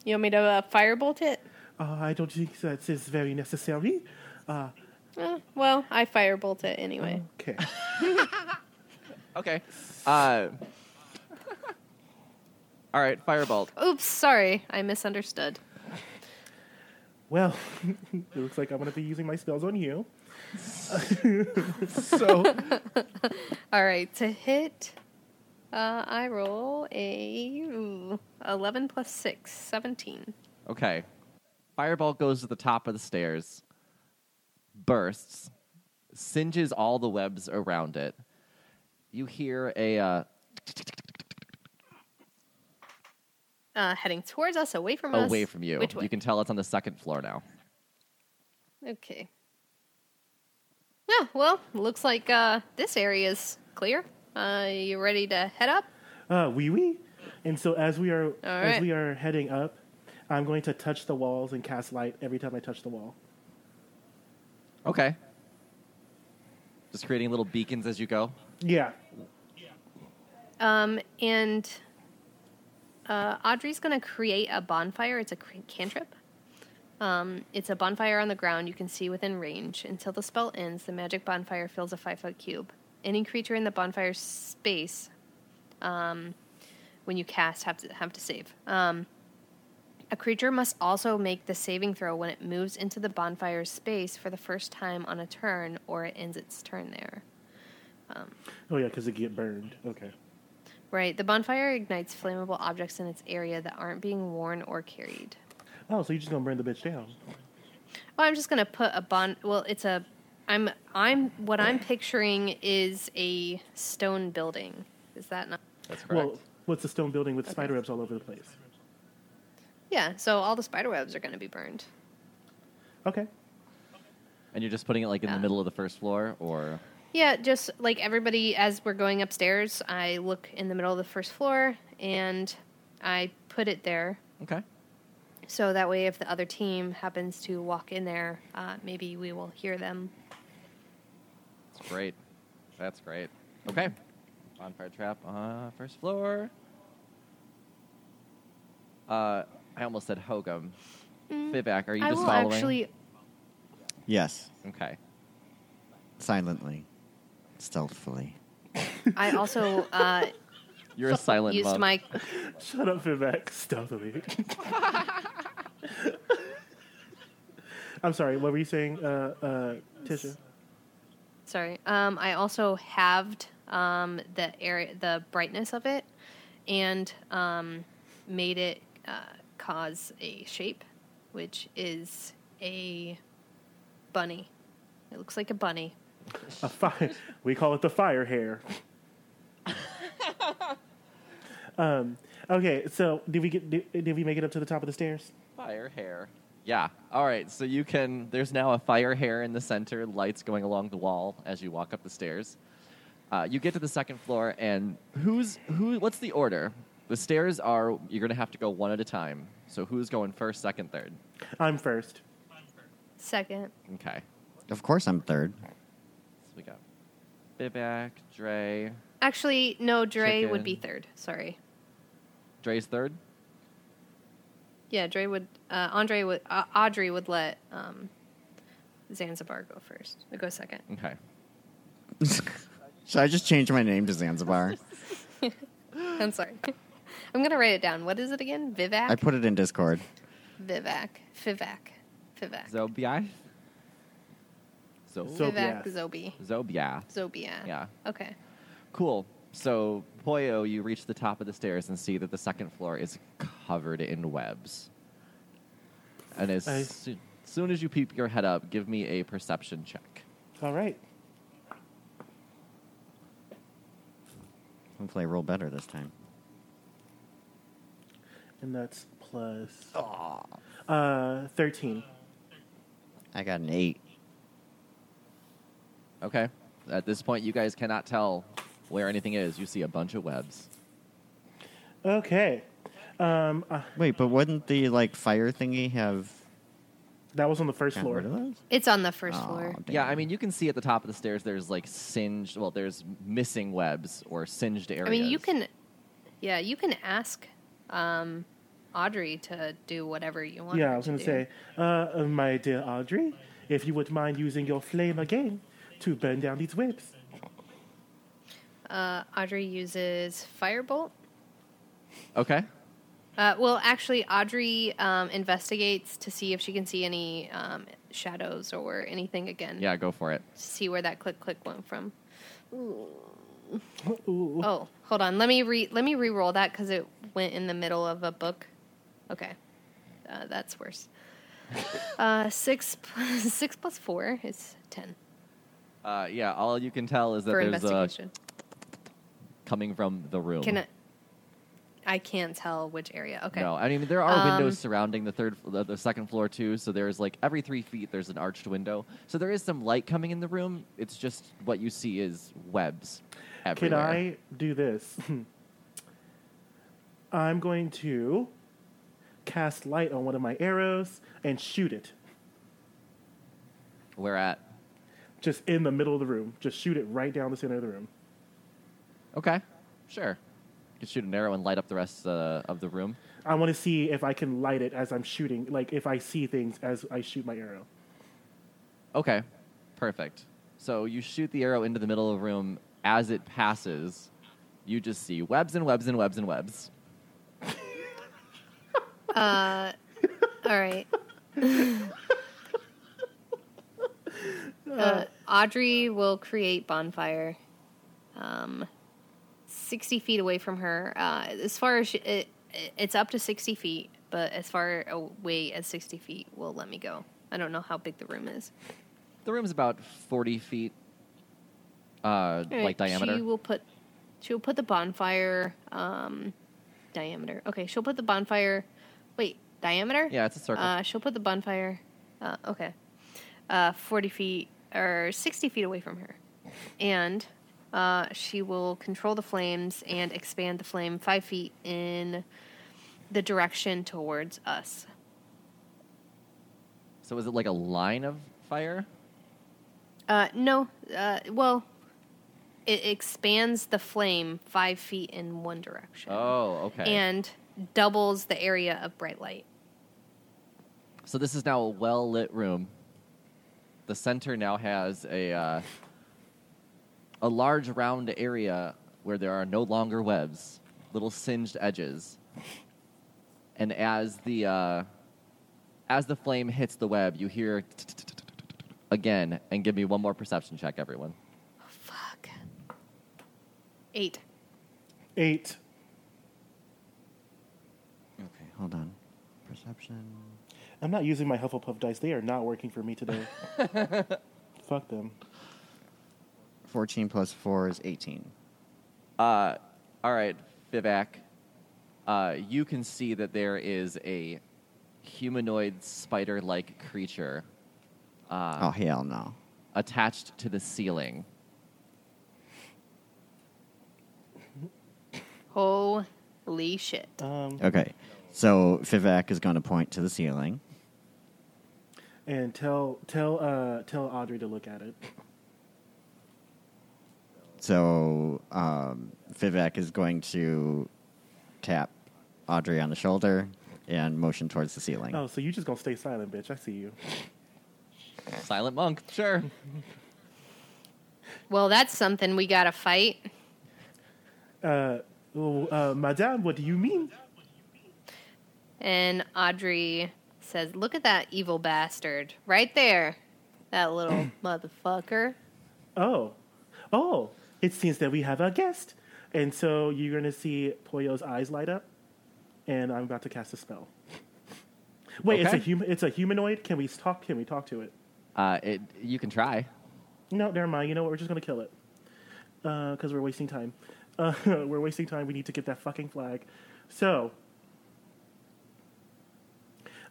You want me to uh, firebolt it?
Uh, I don't think that is very necessary. Uh,
Uh, well, I firebolt it anyway.
okay.
Okay. Uh, all right, firebolt.
Oops, sorry, I misunderstood.
Well, it looks like I'm going to be using my spells on you.
So
All right, to hit, uh, I roll a ooh, 11 plus 6, 17.
Okay. Fireball goes to the top of the stairs, bursts, singes all the webs around it. You hear a. Uh,
Uh, heading towards us, away from us.
away from you.
Which way?
You can tell it's on the second floor now.
Okay. Yeah, well, looks like uh, this area is clear. Uh, you ready to head up?
Uh, wee wee. And so as we are as
right.
we are heading up, I'm going to touch the walls and cast light every time I touch the wall.
Okay. Just creating little beacons as you go.
Yeah.
Um, and uh, Audrey's going to create a bonfire. It's a cr- cantrip. Um, it's a bonfire on the ground you can see within range. Until the spell ends, the magic bonfire fills a five foot cube. Any creature in the bonfire space, um, when you cast, have to have to save. Um, a creature must also make the saving throw when it moves into the bonfire space for the first time on a turn, or it ends its turn there.
Oh yeah, because it get burned. Okay.
Right. The bonfire ignites flammable objects in its area that aren't being worn or carried.
Oh, so you're just gonna burn the bitch down?
Oh, I'm just gonna put a bon. Well, it's a. I'm. I'm. What I'm picturing is a stone building. Is that not?
That's correct.
Well, what's a stone building with spider webs all over the place?
Yeah. So all the spider webs are gonna be burned.
Okay.
and you're just putting it like in
Uh.
the middle of the first floor, or
Yeah. Just like everybody, as we're going upstairs, I look in the middle of the first floor and I put it there.
okay,
So that way, if the other team happens to walk in there, uh, maybe we will hear them.
that's great. That's great. Okay, bonfire trap on first floor. Uh, I almost said Hogum. Vivek, are you
I
just
will
following?
actually
Yes,
Okay.
silently, stealthily.
I also uh,
You're a silent
used
monk.
my
Shut up, Vivek. Stealthily. I'm sorry. What were you saying, uh, uh, Tisha?
sorry. Um, I also halved um, the area, the brightness of it, and um, made it uh, cause a shape, which is a bunny. It looks like a bunny.
A fire. We call it the fire hair. um. Okay. So did we get? Did, did we make it up to the top of the stairs?
Fire hair. Yeah. All right. So you can. There's now a fire hair in the center. Lights going along the wall as you walk up the stairs. Uh, you get to the second floor, and who's who? What's the order? The stairs are you're gonna have to go one at a time. So who's going first, second, third?
I'm first.
Second.
Okay,
Of course, I'm third.
so we got Bivak, Dre.
Actually, no, Dre would be
Chicken.
third. Sorry.
Dre's third.
Yeah, Dre would. Uh, Andre would. Uh, Audrey would let um, Zanzibar go first. Go second.
Okay.
Should I just change my name to Zanzibar?
I'm sorry. I'm gonna write it down. What is it again? Vivac.
I put it in Discord.
Vivac. Vivac. Vivac.
Zobiath. Zo-
So-
Vivac.
Zobiath.
Zobi.
Zobiath.
Zobia.
Yeah.
Okay.
Cool. So, Poyo, you reach the top of the stairs and see that the second floor is covered in webs. And as
I-
soo- soon as you peep your head up, give me a perception check.
All right.
Hopefully, I roll better this time.
And that's plus uh, 13.
I got an eight.
Okay. At this point, you guys cannot tell where anything is. You see a bunch of webs.
Okay. Um, uh,
Wait, but wouldn't the like fire thingy have
that was on the first
gotten rid of
floor.
those?
It's on the first
Aw,
floor.
damn.
Yeah, I mean, you can see at the top of the stairs there's like singed, well, there's missing webs or singed areas.
I mean, you can. Yeah, you can ask um, Audrey to do whatever you want.
Yeah,
her
I was
to
going to
do.
say, uh, my dear Audrey, if you would mind using your flame again to burn down these webs.
Uh, Audrey uses firebolt.
Okay.
Uh, well, actually, Audrey um, investigates to see if she can see any um, shadows or anything again.
Yeah, go for it.
To see where that click click went from.
Ooh.
Oh, hold on. Let me re let me re-roll that because it went in the middle of a book. Okay, uh, that's worse. uh, six plus, six plus four is ten
Uh, yeah, all you can tell is that
for
there's uh, oh. a
investigation.
coming from the room.
Can I? I can't tell which area. Okay.
No, I mean there are
Um,
windows surrounding the third, the, the second floor too. So there's like every three feet there's an arched window. So there is some light coming in the room. It's just what you see is webs
Can
everywhere.
I do this? I'm going to cast light on one of my arrows and shoot it
We're at
just in the middle of the room. Just shoot it right down the center of the room.
okay, sure. You can shoot an arrow and light up the rest uh, of the room.
I want to see if I can light it as I'm shooting, like if I see things as I shoot my arrow.
Okay, perfect. So you shoot the arrow into the middle of the room. As it passes, you just see webs and webs and webs and webs.
Uh, all right. uh, Audrey will create bonfire. Um, sixty feet away from her. Uh, as far as she, it, it- it's up to sixty feet, but as far away as sixty feet will let me go. I don't know how big the room is.
The room's about forty feet, uh, like diameter.
She will put. She will put the bonfire. Um, diameter. Okay, she'll put the bonfire. Wait, diameter.
Yeah, it's a circle.
Uh, she'll put the bonfire. Uh, okay, uh, forty feet or sixty feet away from her, and uh, she will control the flames and expand the flame five feet in the direction towards us.
So is it like a line of fire?
Uh, no, uh, well, it expands the flame five feet in one direction.
Oh, okay.
and doubles the area of bright light.
so this is now a well lit room. The center now has a uh, a large round area where there are no longer webs, little singed edges. And as the uh, as the flame hits the web, you hear again. And give me one more perception check, everyone.
Fuck. Eight.
Eight.
Okay, hold on. Perception.
I'm not using my Hufflepuff dice. They are not working for me today. Fuck them.
Fourteen plus four is eighteen.
Uh, all right, Vivek. Uh, you can see that there is a humanoid spider like creature
Ah.
oh hell no!
attached to the ceiling.
Holy shit.
Um,
Okay, so Vivek is going to point to the ceiling.
and tell tell uh, tell Audrey to look at it.
So um, Vivek is going to tap Audrey on the shoulder and motion towards the ceiling.
Oh, so you just gonna stay silent, bitch? I see you.
Silent monk, sure.
Well, that's something we gotta fight.
Uh, oh, uh, Madame, what do you mean?
And Audrey says, Look at that evil bastard. Right there. That little motherfucker.
Oh, oh, it seems that we have a guest, and so you're gonna see Poyo's eyes light up, and I'm about to cast a spell. Wait, it's a
Okay.
human. It's a humanoid. Can we talk? Can we talk to it?
Uh, it, you can try.
No, never mind. You know what? We're just gonna kill it. Because we're wasting time. Uh, we're wasting time. We need to get that fucking flag. So,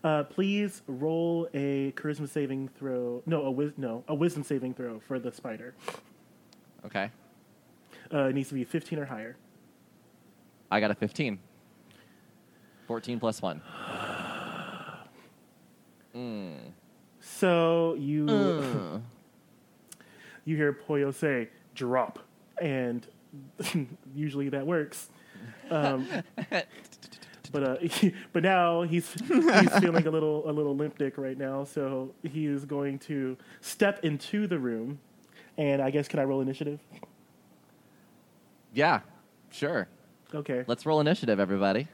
uh, please roll a charisma saving throw. No, a wis- no, a wisdom saving throw for the spider.
Okay.
Uh, it needs to be 15 or higher.
I got a 15. 14 plus 1.
So you you hear Poyo say "drop," and usually that works. Um, but uh, but now he's he's feeling a little a little limp dick right now, so he is going to step into the room, and I guess can I roll initiative?
Yeah, sure.
Okay.
Let's roll initiative, everybody.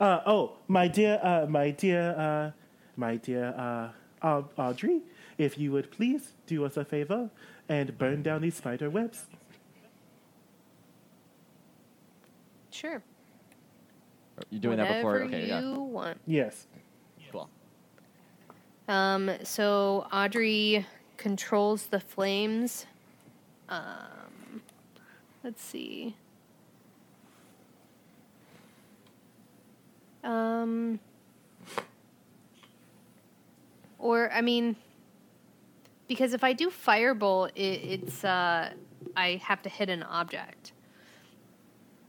Uh, oh, my dear, uh, my dear, uh, my dear uh, Au- Audrey, if you would please do us a favor and burn down these spider webs.
Sure.
You're doing that before?
Whatever
Okay,
you
yeah.
want.
Yes.
Cool.
Um, so Audrey controls the flames. Um, let's see. Um, or I mean, because if I do firebolt, it, it's uh, I have to hit an object.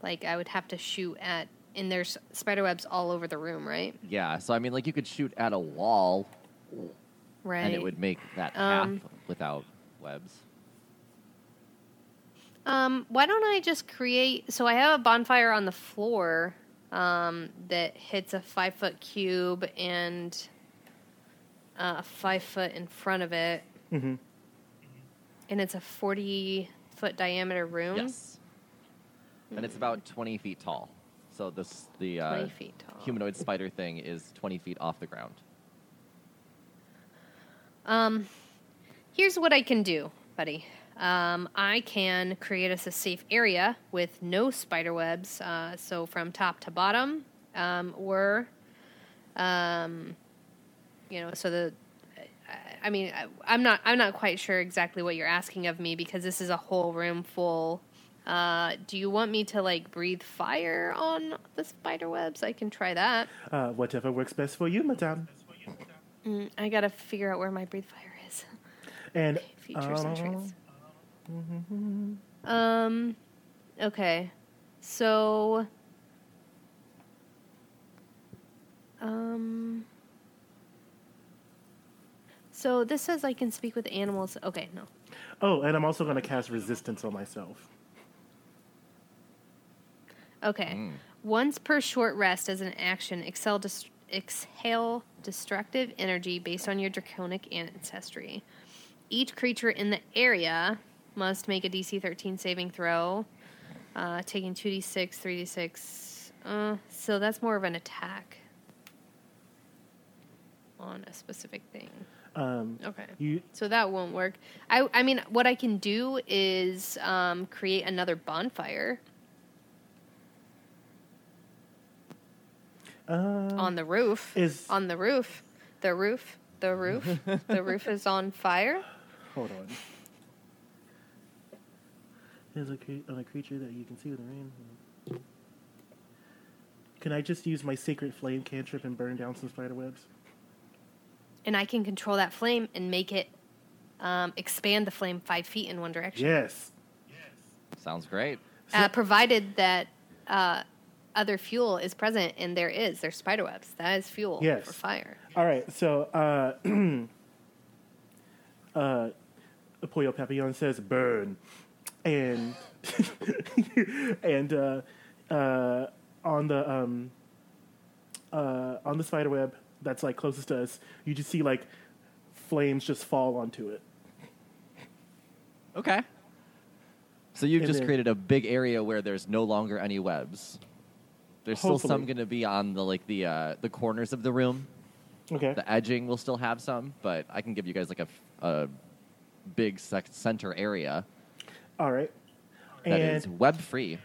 Like I would have to shoot at, and there's spider webs all over the room, right?
Yeah, so I mean, like, you could shoot at a wall
Right.
and it would make that
Um,
half without webs.
Um, why don't I just create? So I have a bonfire on the floor um, that hits a five foot cube and uh, a five foot in front of it,
hmm
and it's a forty foot diameter room, Hmm.
Yes. And it's about 20 feet tall. So this the uh,
twenty feet tall.
humanoid spider thing is 20 feet off the ground.
Um, here's what I can do, buddy. Um, I can create us a safe area with no spider webs, uh, so from top to bottom, um, or, um, you know, so the. I- I mean, I, I'm not. I'm not quite sure exactly what you're asking of me because this is a whole room full. Uh, do you want me to like breathe fire on the spider webs? I can try that.
Uh, whatever works best for you, madame.
Mm, I gotta figure out where my breathe fire is.
And
features and traits.
Uh,
Um, okay, so, um, so this says I can speak with animals. Okay, no.
oh, and I'm also going to cast resistance on myself.
Okay. Once per short rest as an action, excel dis- exhale destructive energy based on your draconic ancestry. Each creature in the area must make a DC 13 saving throw, uh, taking 2d6, 3d6. Uh, so that's more of an attack on a specific thing.
Um,
Okay.
you
So that won't work. I, I mean, what I can do is um, create another bonfire
uh,
on the roof.
is
on the roof. The roof. The roof. the roof is on fire.
hold on. Is a cre- on a creature that you can see with the rain. Can I just use my sacred flame cantrip and burn down some spider webs?
And I can control that flame and make it um, expand the flame five feet in one direction.
Yes.
Sounds great.
Uh, provided that uh, other fuel is present, and there is. There's spider webs. That is fuel
Yes.
for fire.
All right, so uh, uh, Pollo Papillon says burn, and and uh, uh, on the um, uh, on the spider web that's like closest to us, you just see like flames just fall onto it.
Okay. So you've
And
just
then-
created a big area where there's no longer any webs. There's still some
Hopefully.
going to be on the like the uh, the corners of the room.
Okay,
The edging will still have some, but I can give you guys like a, f- a big sec- center area
all right,
that is
and
web free.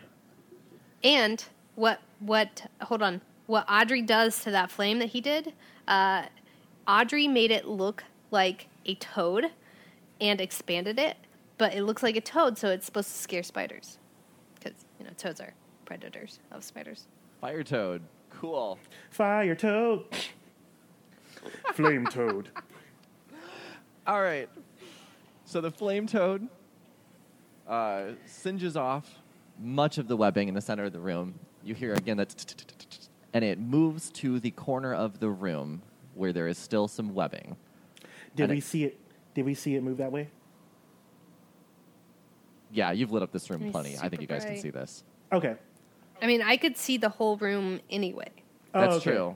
And what what hold on. What Audrey does to that flame that he did, uh, Audrey made it look like a toad and expanded it, but it looks like a toad, so it's supposed to scare spiders. Because, you know, toads are predators of spiders.
Fire toad. Cool.
fire toad, flame toad.
All right. So the flame toad uh, singes off much of the webbing in the center of the room. You hear again that, tsk, tsk, tsk, tsk, tsk, and it moves to the corner of the room where there is still some webbing.
Did
And
we
it-
see it? Did we see it move that way?
Yeah, you've lit up this
And
room
it's
plenty. I think
super
you guys can
bright.
see this.
Okay,
I mean, I could see the whole room anyway.
Oh,
That's
okay.
true.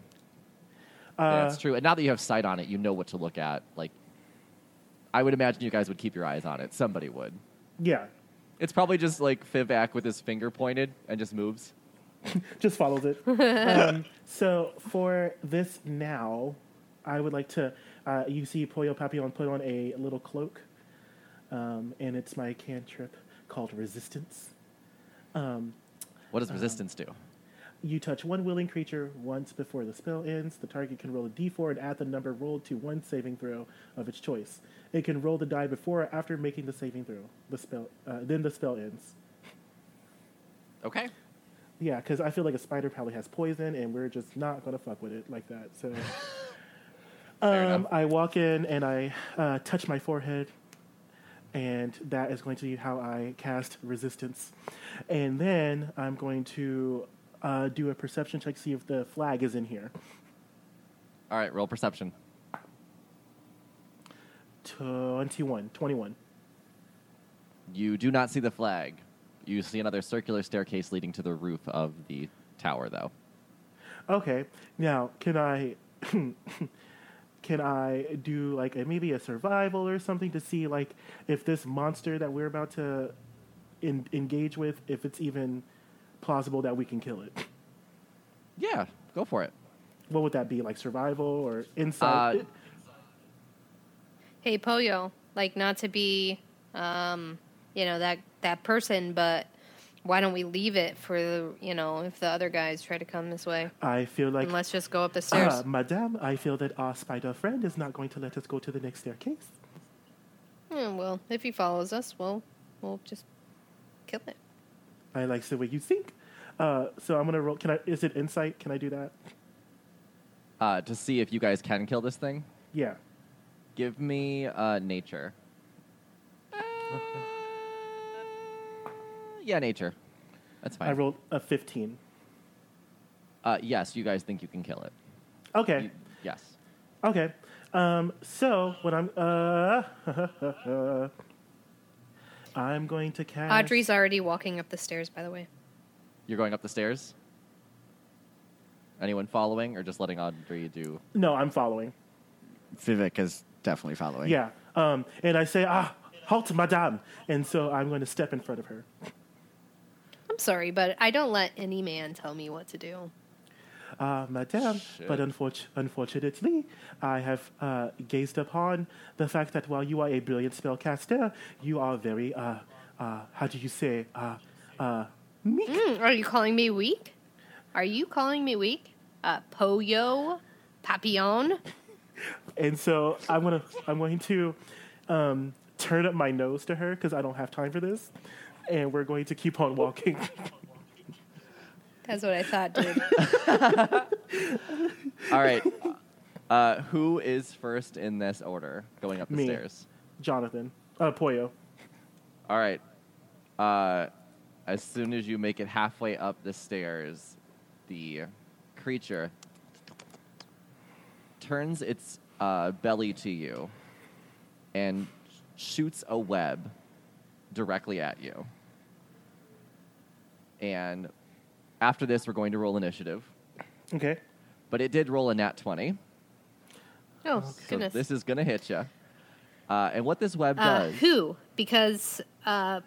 Uh,
That's true. And now that you have sight on it, you know what to look at. Like, I would imagine you guys would keep your eyes on it. Somebody would.
Yeah,
It's probably just like Fivac with his finger pointed and just moves.
just follows it. um, so for this now, I would like to. Uh, you see Pollo Papillon put on a little cloak, um, and it's my cantrip called Resistance.
What
Oh.
does resistance do?
You touch one willing creature once before the spell ends. The target can roll a d4 and add the number rolled to one saving throw of its choice. It can roll the die before or after making the saving throw. The spell, uh, then the spell ends.
Okay.
Yeah, because I feel like a spider probably has poison, and we're just not gonna fuck with it like that. So, um,
enough.
I walk in and I uh, touch my forehead, and that is going to be how I cast resistance. And then I'm going to uh, do a perception check, see if the flag is in here.
All right, roll perception.
21, 21.
You do not see the flag. You see another circular staircase leading to the roof of the tower, though.
Okay, now can I? Can I do like a, maybe a survival or something to see like if this monster that we're about to en- engage with, if it's even plausible that we can kill it?
Yeah, go for it.
What would that be like? Survival or insight?
Uh,
Hey, Poyo, like, not to be, um, you know, that, that person, but why don't we leave it for, the, you know, if the other guys try to come this way?
I feel like,
and let's just go up the stairs.
uh, Madame, I feel that our spider friend is not going to let us go to the next staircase.
Yeah, well, if he follows us, we'll we'll just kill it.
I like the way you think. Uh, so I'm gonna roll. Can I? Is it insight? Can I do that?
Uh, to see if you guys can kill this thing,
Yeah.
give me uh, nature. Uh, yeah, nature. That's fine.
I rolled a 15.
uh, yes, you guys think you can kill it.
Okay.
You- yes.
Okay. Um, so what I'm uh, I'm going to
Uh,
cast
Audrey's already walking up the stairs, by the way.
You're going up the stairs? Anyone following or just letting Audrey do?
No, I'm following.
Vivek is definitely following.
Yeah. Um, and I say, ah, halt, madame. And so I'm going to step in front of her.
I'm sorry, but I don't let any man tell me what to do.
Ah, madame,
Shit.
but unfortu- unfortunately, I have uh, gazed upon the fact that while you are a brilliant spellcaster, you are very, uh, uh, how do you say, uh, uh, meek.
Mm, are you calling me weak? Are you calling me weak? Uh, Poyo, Papillon.
And so I'm gonna I'm going to um, turn up my nose to her because I don't have time for this, and we're going to keep on walking.
That's what I thought, dude.
All right. uh, who is first in this order going up the
Me.
stairs?
Jonathan, uh, Poyo.
All right. Uh, as soon as you make it halfway up the stairs, the creature turns its uh, belly to you and shoots a web directly at you. And after this, we're going to roll initiative.
Okay.
But it did roll a nat 20.
Oh,
So
goodness.
this is going to hit you. Uh, and what this web
uh,
does.
who? Because uh,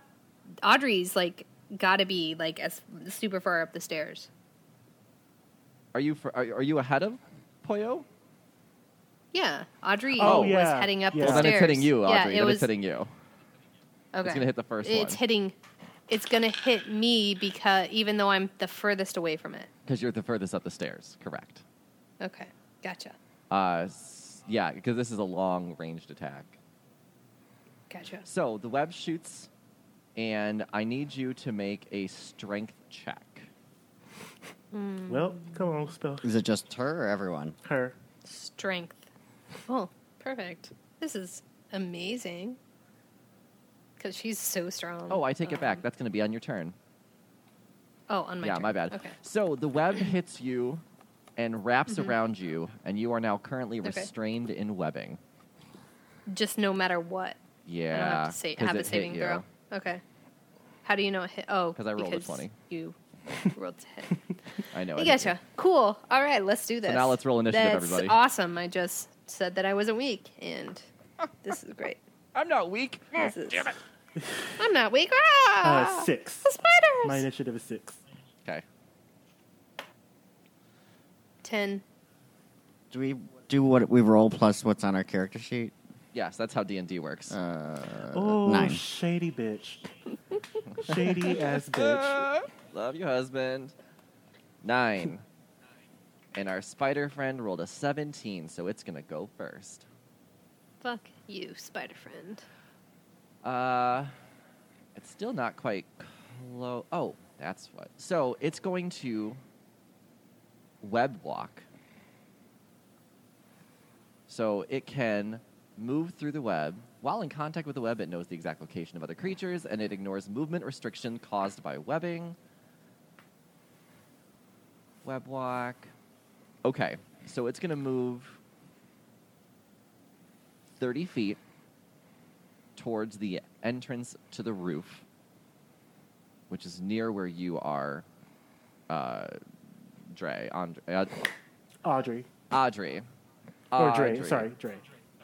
Audrey's like got to be like as super far up the stairs.
Are you, fr- are, are you ahead of Poyo?
Yeah, Audrey
Oh,
was
yeah,
heading up
yeah.
the
Well,
stairs.
then it's hitting you, Audrey.
Yeah, it
then
was
it's hitting you.
Okay.
gonna hit the first
it's
one.
hitting. It's gonna hit me because even though I'm the furthest away from it.
Because you're the furthest up the stairs, correct.
Okay, gotcha,
Uh, s- yeah, because this is a long ranged attack.
gotcha.
So the web shoots, and I need you to make a strength check.
Mm.
Well, come on, spell
Is it just her or everyone?
her.
Strength. Oh, perfect. This is amazing. Because she's so strong.
Oh, I take it back.
Um,
That's going to be on your turn.
Oh, on my
yeah,
turn.
my bad.
Okay. Mm-hmm.
So the web hits you and wraps around you, and you are now currently
Okay.
restrained in webbing.
Just no matter what.
Yeah.
I don't have to say,
'cause
have a
it hit
saving
you.
throw. Okay. How do you know it hit? Oh,
'Cause I rolled a
because
20.
You rolled a hit.
I know.
I
it hit
gotcha. Cool. All right, let's do this.
now let's roll initiative,
That's
everybody.
awesome. I just said that I wasn't weak, and this is great.
you. I'm not weak.
This is. I'm not weak. Ah!
Uh, six.
The spiders.
My initiative is six.
Okay.
Ten.
Do we do what we roll plus what's on our character sheet? Uh,
Yes, that's how D and D works. Uh,
Oh,
nine.
shady bitch. shady ass bitch.
Uh. Love you, husband. Nine. and our spider friend rolled a 17, so it's going to go first.
Fuck you, spider friend.
Uh, it's still not quite close. Oh, that's what. So it's going to web walk. So it can move through the web. While in contact with the web, it knows the exact location of other creatures and it ignores movement restriction caused by webbing. Web walk. Okay, so it's going to move 30 feet towards the entrance to the roof, which is near where you are, uh, Dre, Andre, uh,
Audrey.
Audrey.
Or Dre. Sorry, Dre.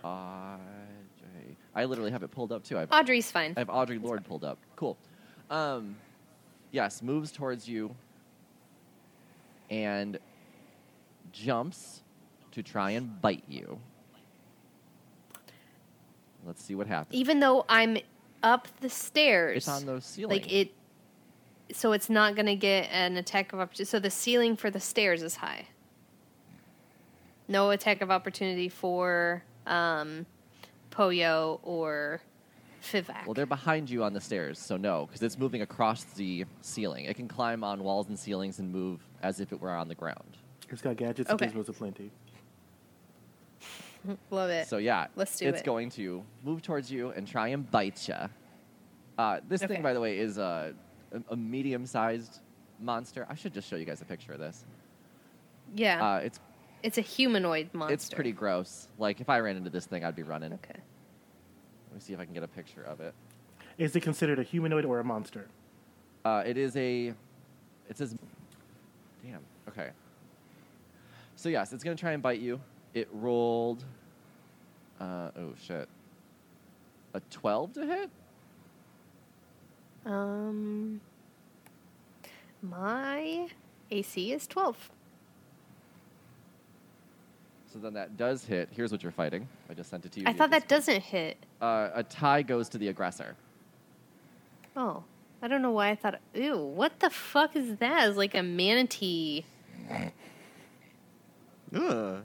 Audrey. I literally have it pulled up too. I've, I
Audrey's fine.
have Audrey Lord pulled up. Cool. Um, yes, moves towards you and jumps to try and bite you. Let's see what happens.
Even though I'm up the stairs,
It's on the ceiling.
like it. So it's not gonna get an attack of opportunity. So the ceiling for the stairs is high. No attack of opportunity for um, Poyo or Fivac.
Well, they're behind you on the stairs, so no, because it's moving across the ceiling. It can climb on walls and ceilings and move as if it were on the ground.
It's got gadgets
Okay.
and gizmos aplenty.
Love it.
So yeah,
Let's do
it's
it.
going to move towards you and try and bite you. Uh, this
Okay.
thing, by the way, is a, a, a medium-sized monster. I should just show you guys a picture of this.
yeah,
Uh, it's
it's a humanoid monster.
it's pretty gross. Like if I ran into this thing, I'd be running.
Okay.
Let me see if I can get a picture of it.
Is it considered a humanoid or a monster?
Uh, it is a. It says. Damn. Okay. So yes, it's gonna try and bite you. It rolled. Uh, oh shit. A twelve to hit.
Um, my AC is twelve.
So then that does hit. Here's what you're fighting. I just sent it to you.
I
You
thought that
just-
doesn't hit.
Uh, a tie goes to the aggressor.
Oh, I don't know why I thought. Ew, what the fuck is that? It's like a manatee.
Ugh.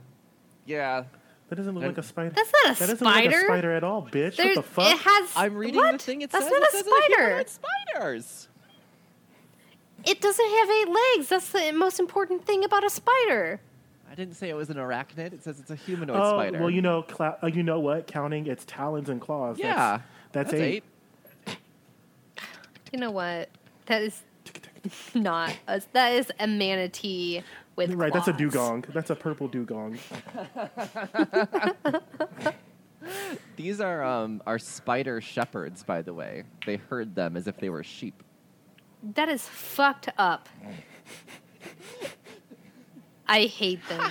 Yeah.
That doesn't look
That-
like a spider.
That's not a
That doesn't
spider.
look like a spider at all, bitch.
There's- eh,
what the fuck?
It has.
I'm reading
what?
the thing. It
That's
says
not
it
a
says that
spider.
humanoid spiders.
It doesn't have eight legs. That's the most important thing about a spider.
I didn't say it was an arachnid. It says it's a humanoid
oh,
spider.
well, you know, cla uh, you know what? Counting its talons and claws.
yeah.
that's, that's, eight.
You know what? That is not a, that is a manatee with
Right, that's a
claws.
dugong. That's a purple dugong.
These are um, are spider shepherds, by the way. They herd them as if they were sheep.
That is fucked up. I hate them.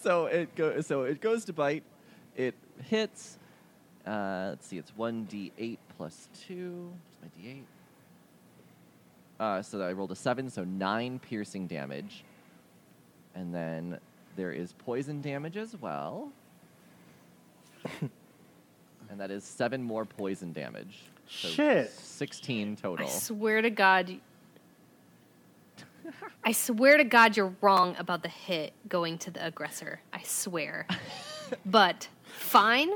So it go- so it goes to bite. It hits. Uh, let's see. It's one d8 plus two. Where's my d8? Uh, so I rolled a seven, so nine piercing damage, and then there is poison damage as well, and that is seven more poison damage. So
Shit.
Sixteen
I
total.
swear to God. I swear to God, you're wrong about the hit going to the aggressor. I swear. but fine.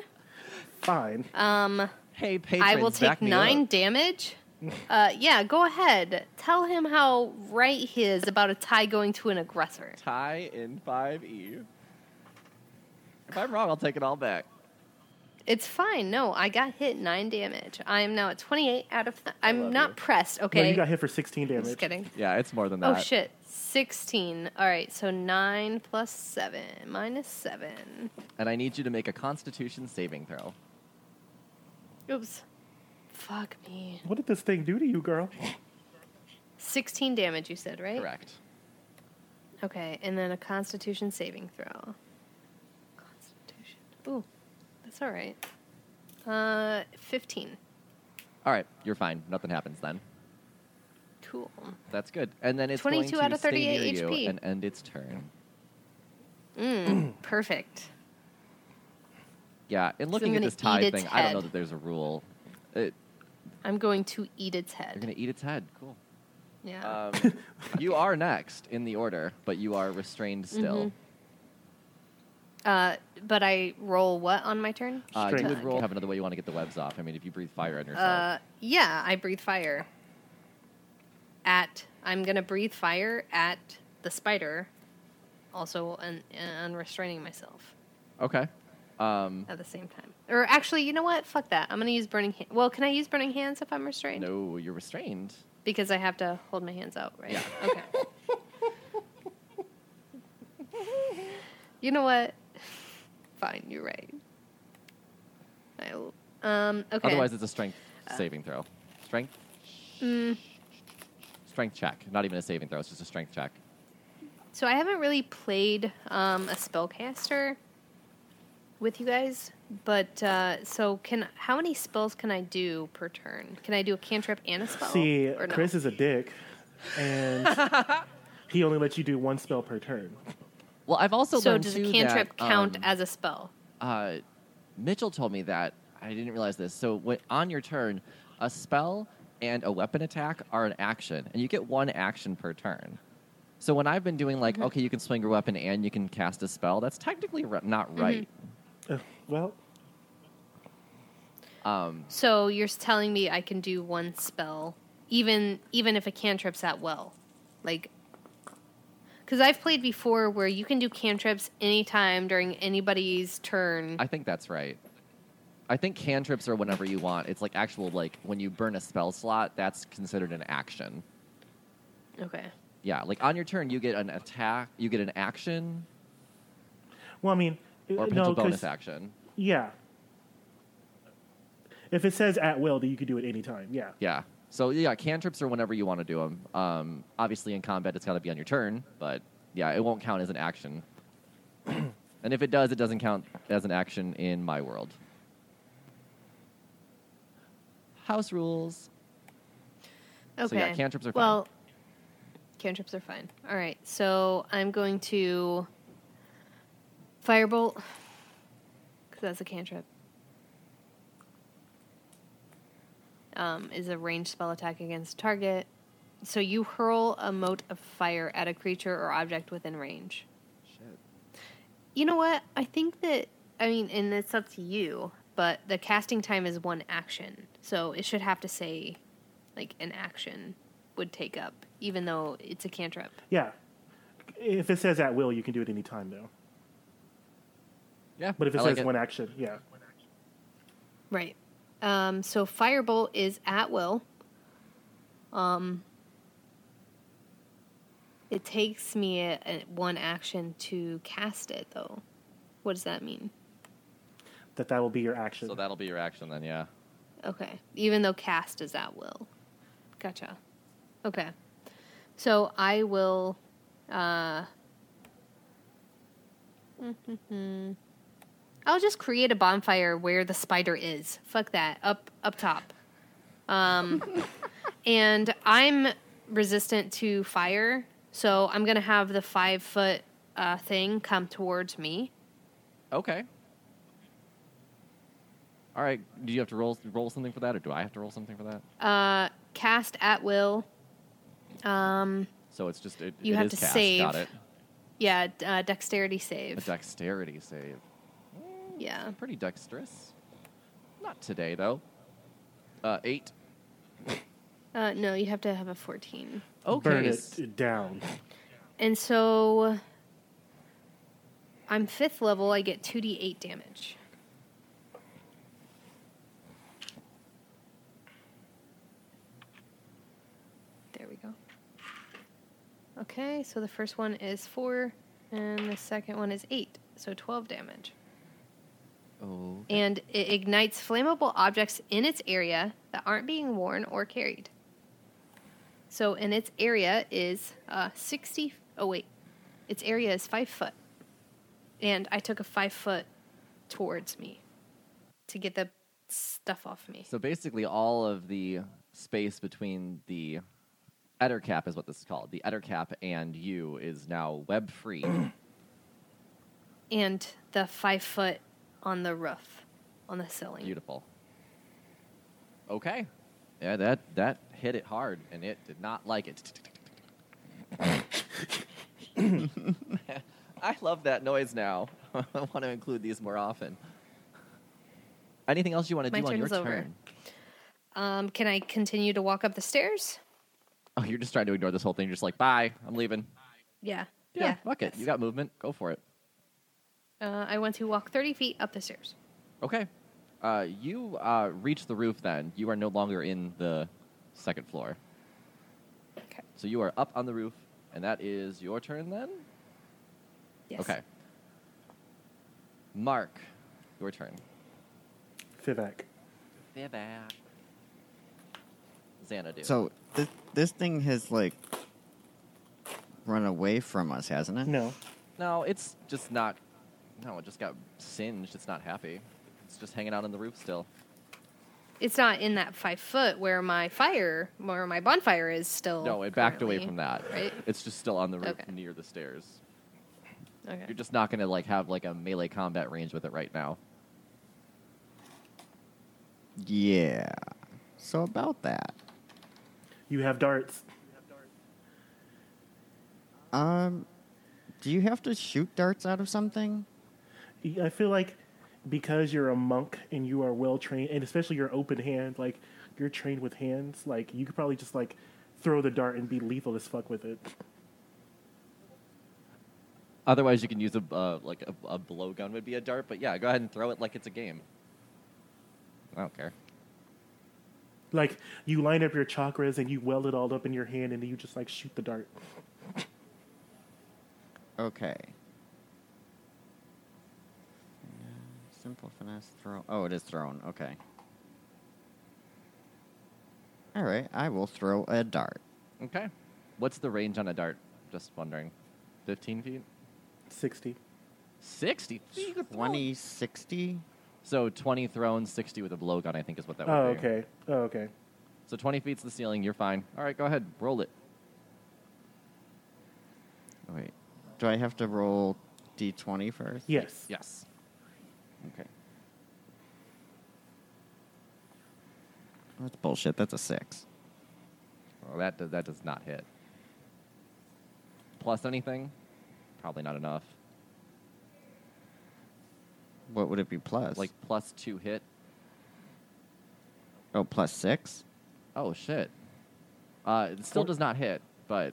Fine.
Um,
hey, patrons,
I will take
back me
nine
up.
damage. Uh, yeah, go ahead. Tell him how right he is about a tie going to an aggressor.
tie in 5e. If I'm wrong, I'll take it all back.
It's fine. No, I got hit nine damage. I am now at 28 out of. Th-
love
I'm not
you.
pressed,
No,
okay?
you got hit for 16 damage.
Just kidding.
Yeah, it's more than
Oh
that.
shit. 16. All right, so 9 plus 7 minus 7.
And I need you to make a constitution saving throw.
Oops. Fuck me.
What did this thing do to you, girl?
16 damage you said, right?
Correct.
Okay, and then a constitution saving throw. Constitution. Ooh. That's all right. Uh 15.
All right, you're fine. Nothing happens then.
Cool.
That's good. And then it's
22
going to
out of
stay
38
near you
HP.
and end its turn.
Mm, perfect.
Yeah, and looking at
gonna
this tie
eat its
thing, I don't
head.
know that there's a rule. It,
I'm going to eat its
you're
head.
going to eat its head. Cool.
yeah.
Um, you are next in the order, but you are restrained
Mm-hmm.
still.
Uh, but I roll what on my turn?
Uh, you
Strength.
would roll. Have another way you want to get the webs off. I mean, if you breathe fire on yourself.
Uh, yeah, I breathe fire. At I'm gonna breathe fire at the spider, also un, unrestraining myself
okay. Um,
at the same time. Or actually, you know what? Fuck that. I'm gonna use burning. Ha- well, can I use burning hands if I'm restrained?
no, you're restrained.
Because I have to hold my hands out, right?
Yeah.
Okay. you know what? Fine, you're right. I will. Um. Okay. Uh.
Otherwise, it's a strength saving throw. Strength.
Mm.
Strength check. Not even a saving throw. It's just a strength check.
So I haven't really played um, a spellcaster with you guys, but uh, so can how many spells can I do per turn? Can I do a cantrip and a spell?
See,
Oh, or no?
Chris is a dick, and he only lets you do one spell per turn.
Well, I've also
so
learned
does
too
a cantrip
that,
count
um,
as a spell?
uh, Mitchell told me that I didn't realize this. So when, on your turn, a spell and a weapon attack are an action, and you get one action per turn. So when I've been doing like,
Mm-hmm.
okay, you can swing your weapon and you can cast a spell. That's technically ri-
Mm-hmm.
not right.
Uh, well,
Um,
So you're s- telling me I can do one spell, even even if a cantrip's at well, like. Because I've played before where you can do cantrips anytime during anybody's turn.
I think that's right. I think cantrips are whenever you want. It's like actual like when you burn a spell slot, that's considered an action.
okay.
Yeah, like on your turn you get an attack, you get an action
well, I mean,
or a
uh,
potential
no, 'cause-
bonus action.
yeah. If it says at will, then you could do it anytime. Yeah.
Yeah. So yeah, cantrips are whenever you want to do them. Um, obviously in combat it's got to be on your turn, but yeah, it won't count as an action. and if it does, it doesn't count as an action in my world. House rules.
Okay.
So, yeah, cantrips are fine.
Well, cantrips are fine. All right. So I'm going to firebolt because that's a cantrip. Um, is a ranged spell attack against target. So you hurl a mote of fire at a creature or object within range.
Shit.
You know what? I think that I mean, and it's up to you, but the casting time is one action, so it should have to say, like an action would take up, even though it's a cantrip.
Yeah. If it says at will, you can do it anytime, though.
Yeah.
But if it
I like
says
it.
one action, yeah.
Right. Um, so firebolt is at will, Um, it takes me a, a- one action to cast it, though. What does that mean?
That that will be your action.
So that'll be your action then, yeah.
Okay. Even though cast is at will. Gotcha. Okay. So I will. Uh, I'll just create a bonfire where the spider is. Fuck that. Up up top. Um, and I'm resistant to fire, so I'm gonna have the five foot uh, thing come towards me.
Okay. All right. Do you have to roll roll something for that, or do I have to roll something for that?
Uh, cast at will. Um,
So it's just it,
You
it
have
is
to
cast.
save.
Got it.
yeah, d- uh, dexterity
A
save.
dexterity save.
yeah.
Pretty dexterous. Not today though. Uh, eight.
Uh, no, you have to have a 14.
Okay.
Burn
s-
it down.
And so I'm fifth level, I get 2d8 damage. There we go. Okay, so the first one is 4, and the second one is 8, so 12 damage.
Oh.
And it ignites flammable objects in its area that aren't being worn or carried. So, in its area is uh, 60. Oh, wait. Its area is five foot. And I took a five foot towards me to get the stuff off me.
So basically, all of the space between the Eder cap is what this is called. The Eder cap and you is now web free.
And the five foot on the roof, on the ceiling.
Beautiful. Okay. Yeah, that that hit it hard, and it did not like it. I love that noise now. I want to include these more often. Anything else you want to
My
do on your
turn's over.
turn?
Um, can I continue to walk up the stairs?
Oh, you're just trying to ignore this whole thing. You're just like, bye, I'm leaving.
Yeah.
Yeah, fuck it. You got movement. Go for it.
Uh, I want to walk 30 feet up the stairs.
Okay. Uh, you uh, reach the roof then. You are no longer in the second floor.
Okay.
So you are up on the roof, and that is your turn then?
Yes.
Okay. Mark, your turn.
Vivek.
Vivek. Xanadu.
So this this thing has like run away from us, hasn't it?
No.
no, it's just not. No, it just got singed. It's not happy. It's just hanging out on the roof still.
It's not in that five foot where my fire, where my bonfire is still.
no, it backed away
currently,
from that.
Right.
It's just still on the roof
Okay.
near the stairs.
Okay.
You're just not gonna like have like a melee combat range with it right now.
Yeah. So about that.
You have darts.
Um, do you have to shoot darts out of something?
I feel like because you're a monk and you are well trained, and especially your open hand, like you're trained with hands, like you could probably just like throw the dart and be lethal as fuck with it.
Otherwise, you can use a uh, like a, a blowgun would be a dart. But yeah, go ahead and throw it like it's a game. I don't care.
Like you line up your chakras and you weld it all up in your hand, and then you just like shoot the dart.
Okay. Simple finesse throw. Oh, it is thrown. Okay. All right, I will throw a dart.
Okay. What's the range on a dart? Just wondering. 15 feet?
Sixty.
60? You could throw it.
20, 60?
So 20 thrown, 60 with a blowgun, I think is what that would
Oh,
be.
okay. Oh, okay.
So 20 feet's the ceiling. You're fine. All right, go ahead. Roll it.
Wait. Do I have to roll d20 first?
Yes.
Yes.
Okay. That's bullshit. That's a six.
Well, that, does, that does not hit. Plus anything? Probably not enough.
What would it be plus?
Like plus two hit.
oh, plus six?
Oh, shit. Uh, it still
Four-
does not hit, but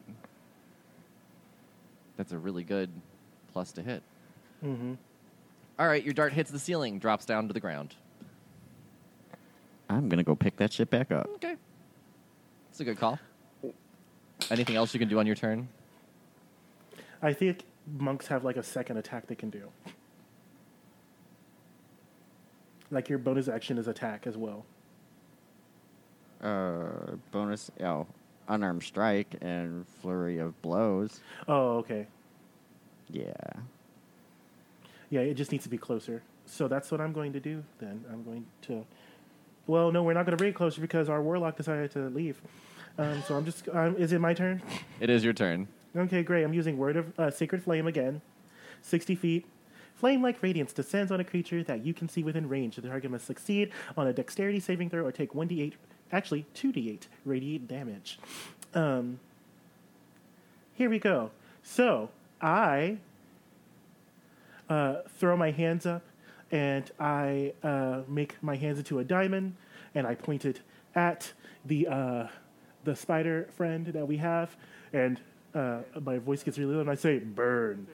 that's a really good plus to hit.
Mm-hmm.
All right, your dart hits the ceiling, drops down to the ground.
I'm gonna go pick that shit back up.
Okay. It's a good call. Anything else you can do on your turn?
I think monks have like a second attack they can do. Like your bonus action is attack as well.
Uh, bonus. Oh, unarmed strike and flurry of blows.
Oh, okay.
Yeah.
Yeah, it just needs to be closer. So that's what I'm going to do then. I'm going to. Well, no, we're not going to bring it closer because our warlock decided to leave. Um, so I'm just. Um, is it my turn?
It is your turn.
Okay, great. I'm using Word of uh, Sacred Flame again. 60 feet. Flame like radiance descends on a creature that you can see within range. The target must succeed on a dexterity saving throw or take 1d8, actually 2d8 radiant damage. Um, here we go. So I uh, throw my hands up and I uh, make my hands into a diamond and I point it at the, uh, the spider friend that we have and uh, my voice gets really low and I say burn.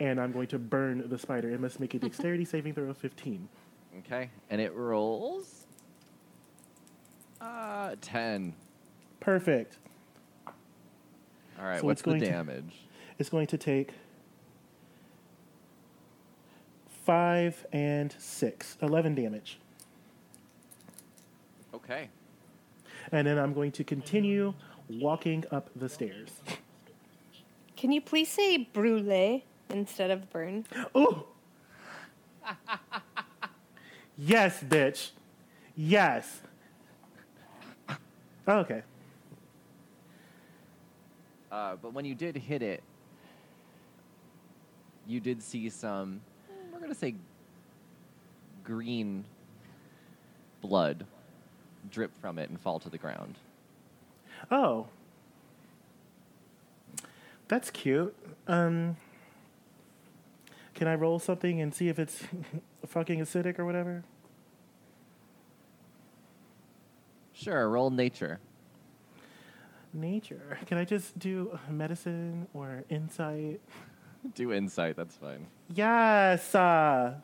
And I'm going to burn the spider. It must make a dexterity saving throw of 15.
Okay. And it rolls. Uh, 10.
Perfect.
All right.
So
what's
it's
the
going to-
damage?
It's going to take 5 and 6, 11 damage.
Okay.
And then I'm going to continue walking up the stairs.
Can you please say brulee instead of burn?
Ooh! yes, bitch. Yes. Okay.
Uh, but when you did hit it, you did see some, we're going to say, green blood drip from it and fall to the ground.
Oh. That's cute. Um can I roll something and see if it's fucking acidic or whatever?
Sure, roll nature.
Nature. Can I just do medicine or insight?
Do insight, that's fine.
Yes. Uh,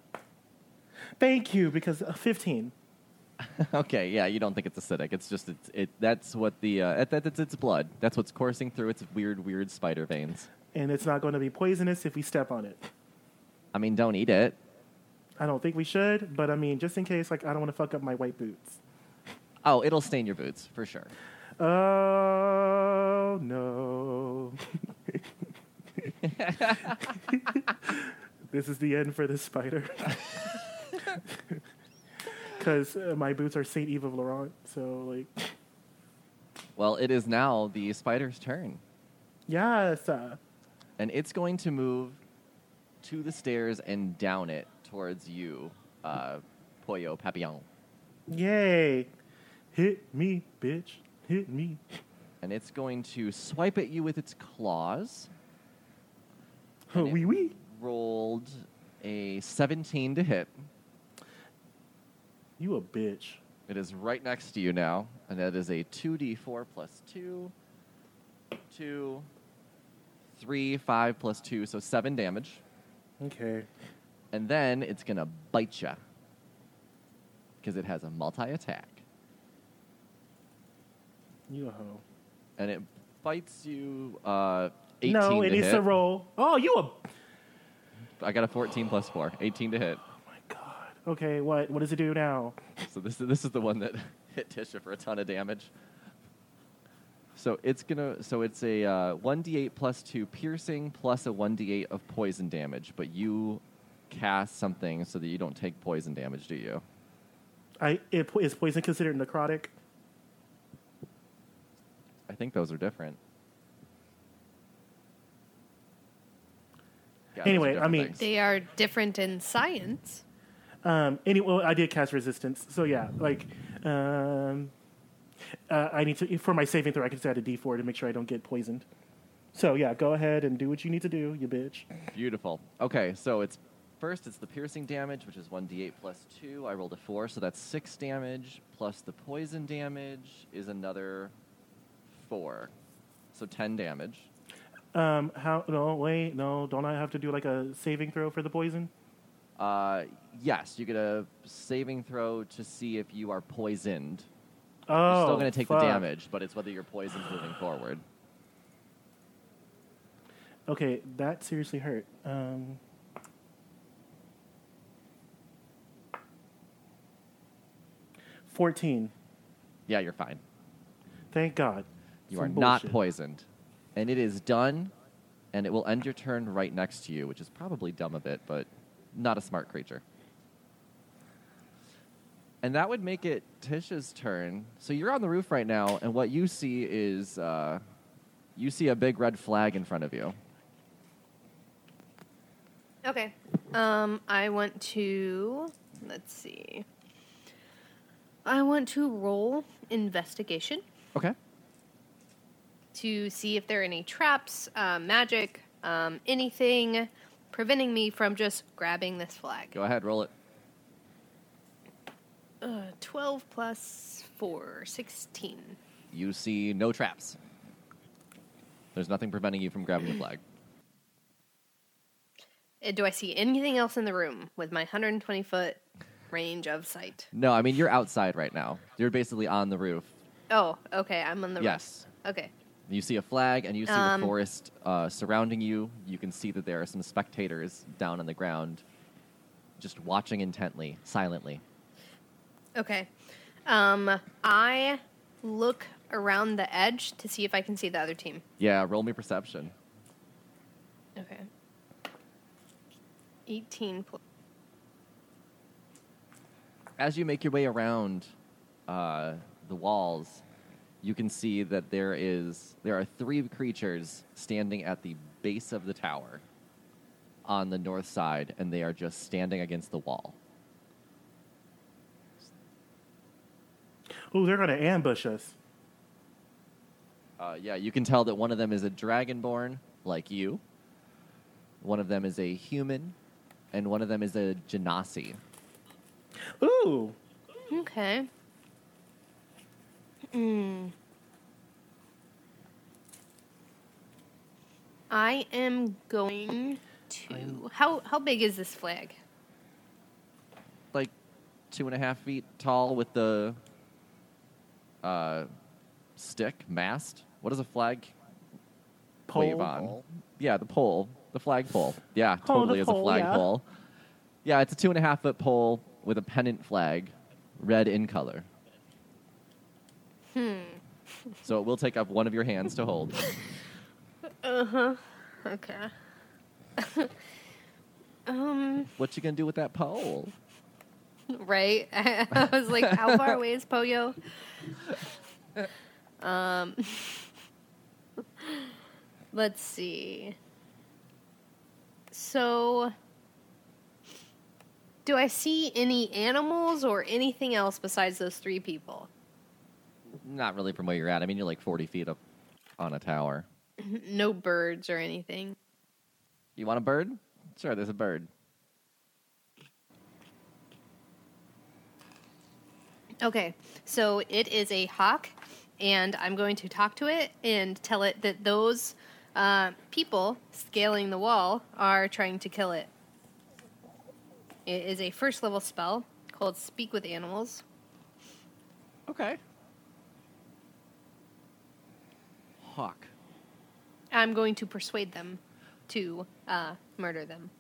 thank you because uh, 15.
okay, yeah, you don't think it's acidic. It's just, it's, it, that's what the, uh, that, that's its blood. That's what's coursing through its weird, weird spider veins.
And it's not going to be poisonous if we step on it.
I mean, don't eat it.
I don't think we should, but I mean, just in case, like, I don't want to fuck up my white boots.
Oh, it'll stain your boots, for sure.
Oh no. this is the end for this spider. Because uh, my boots are Saint Eve of Laurent, so like,
Well, it is now the spider's turn.
yes, uh,
and it's going to move to the stairs and down it towards you, uh, Pollo Papillon.
yay! Hit me, bitch! Hit me!
And it's going to swipe at you with its claws.
Oh,
it-
wee wee!
Rolled a 17 to hit.
You a bitch!
It is right next to you now, and that is a 2d4 plus 2, 2, 3, 5 plus 2, so 7 damage.
Okay.
And then it's going to bite you because it has a multi attack.
You a hoe.
and it bites you. Uh, 18
no, it
to
needs
hit.
to roll. Oh, you a. Oh
I got a 14 plus four, 18 to hit.
my god. Okay, what? What does it do now?
So this this is the one that hit Tisha for a ton of damage. So it's gonna. So it's a uh, 1d8 plus two piercing plus a 1d8 of poison damage. But you cast something so that you don't take poison damage, do you?
I it, po- is poison considered necrotic?
I think those are different. Yeah, those are
Anyway, I
different
mean-
things.
They are different in science.
Um, any, well, I did cast resistance, so yeah. Like, um, uh, I need to for my saving throw. I can just add a D four to make sure I don't get poisoned. So yeah, go ahead and do what you need to do, you bitch.
Beautiful. Okay, so it's first it's the piercing damage, which is 1d8 plus 2. I rolled a 4, so that's 6 damage plus the poison damage is another 4. So 10 damage.
Um, how? No, wait, no. Don't I have to do like a saving throw for the poison?
Uh, yes, you get a saving throw to see if you are poisoned.
Oh,
You're still going to take
fuck.
the damage, but it's whether you're poisoned moving forward.
Okay, that seriously hurt. Um, Fourteen.
Yeah, you're fine.
Thank God.
You
Some
are not
bullshit.
poisoned. And it is done, and it will end your turn right next to you, which is probably dumb of it, but not a smart creature. And that would make it Tisha's turn. So you're on the roof right now, and what you see is uh, you see a big red flag in front of you.
Okay. Um, I want to. Let's see. I want to roll investigation
Okay.
to see if there are any traps, uh, magic, um, anything preventing me from just grabbing this flag.
Go ahead, roll it.
Uh, 12 plus 4, 16.
You see no traps. There's nothing preventing you from grabbing the flag.
Uh, Do I see anything else in the room with my 120 foot range of sight?
No, I mean you're outside right now. You're basically on the roof.
Oh, okay. I'm on the
yes.
roof. Okay.
You see a flag and you see
Um,
the forest uh, surrounding you. You can see that there are some spectators down on the ground, just watching intently, silently.
Okay. Um, I look around the edge to see if I can see the other team.
Yeah, roll me perception.
Okay. 18 plus.
As you make your way around uh, the walls, you can see that there is there are three creatures standing at the base of the tower on the north side, and they are just standing against the wall.
Ooh, they're gonna ambush us.
Uh, yeah, you can tell that one of them is a dragonborn, like you. One of them is a human, and one of them is a genasi.
Ooh.
Okay. Mm. I am going to. How how big is this flag?
Like two and a half feet tall with the uh, stick mast. What is a flag
Pole.
wave on? Yeah, the pole, the flag pole. Yeah,
Oh, the
totally is a
pole,
flag
yeah.
pole. Yeah, it's a two and a half foot pole with a pennant flag, red in color.
Hmm.
So it will take up one of your hands to hold.
Uh huh. Okay. um.
What you gonna do with that pole?
Right? I was like, how far away is Poyo? Um, let's see. So, do I see any animals or anything else besides those three people?
Not really from where you're at. I mean, you're like 40 feet up on a tower.
No birds or anything.
You want a bird? Sure, there's a bird.
Okay, so it is a hawk, and I'm going to talk to it and tell it that those uh, people scaling the wall are trying to kill it. It is a first level spell called Speak with Animals.
Okay. Hawk.
I'm going to persuade them to uh, murder them.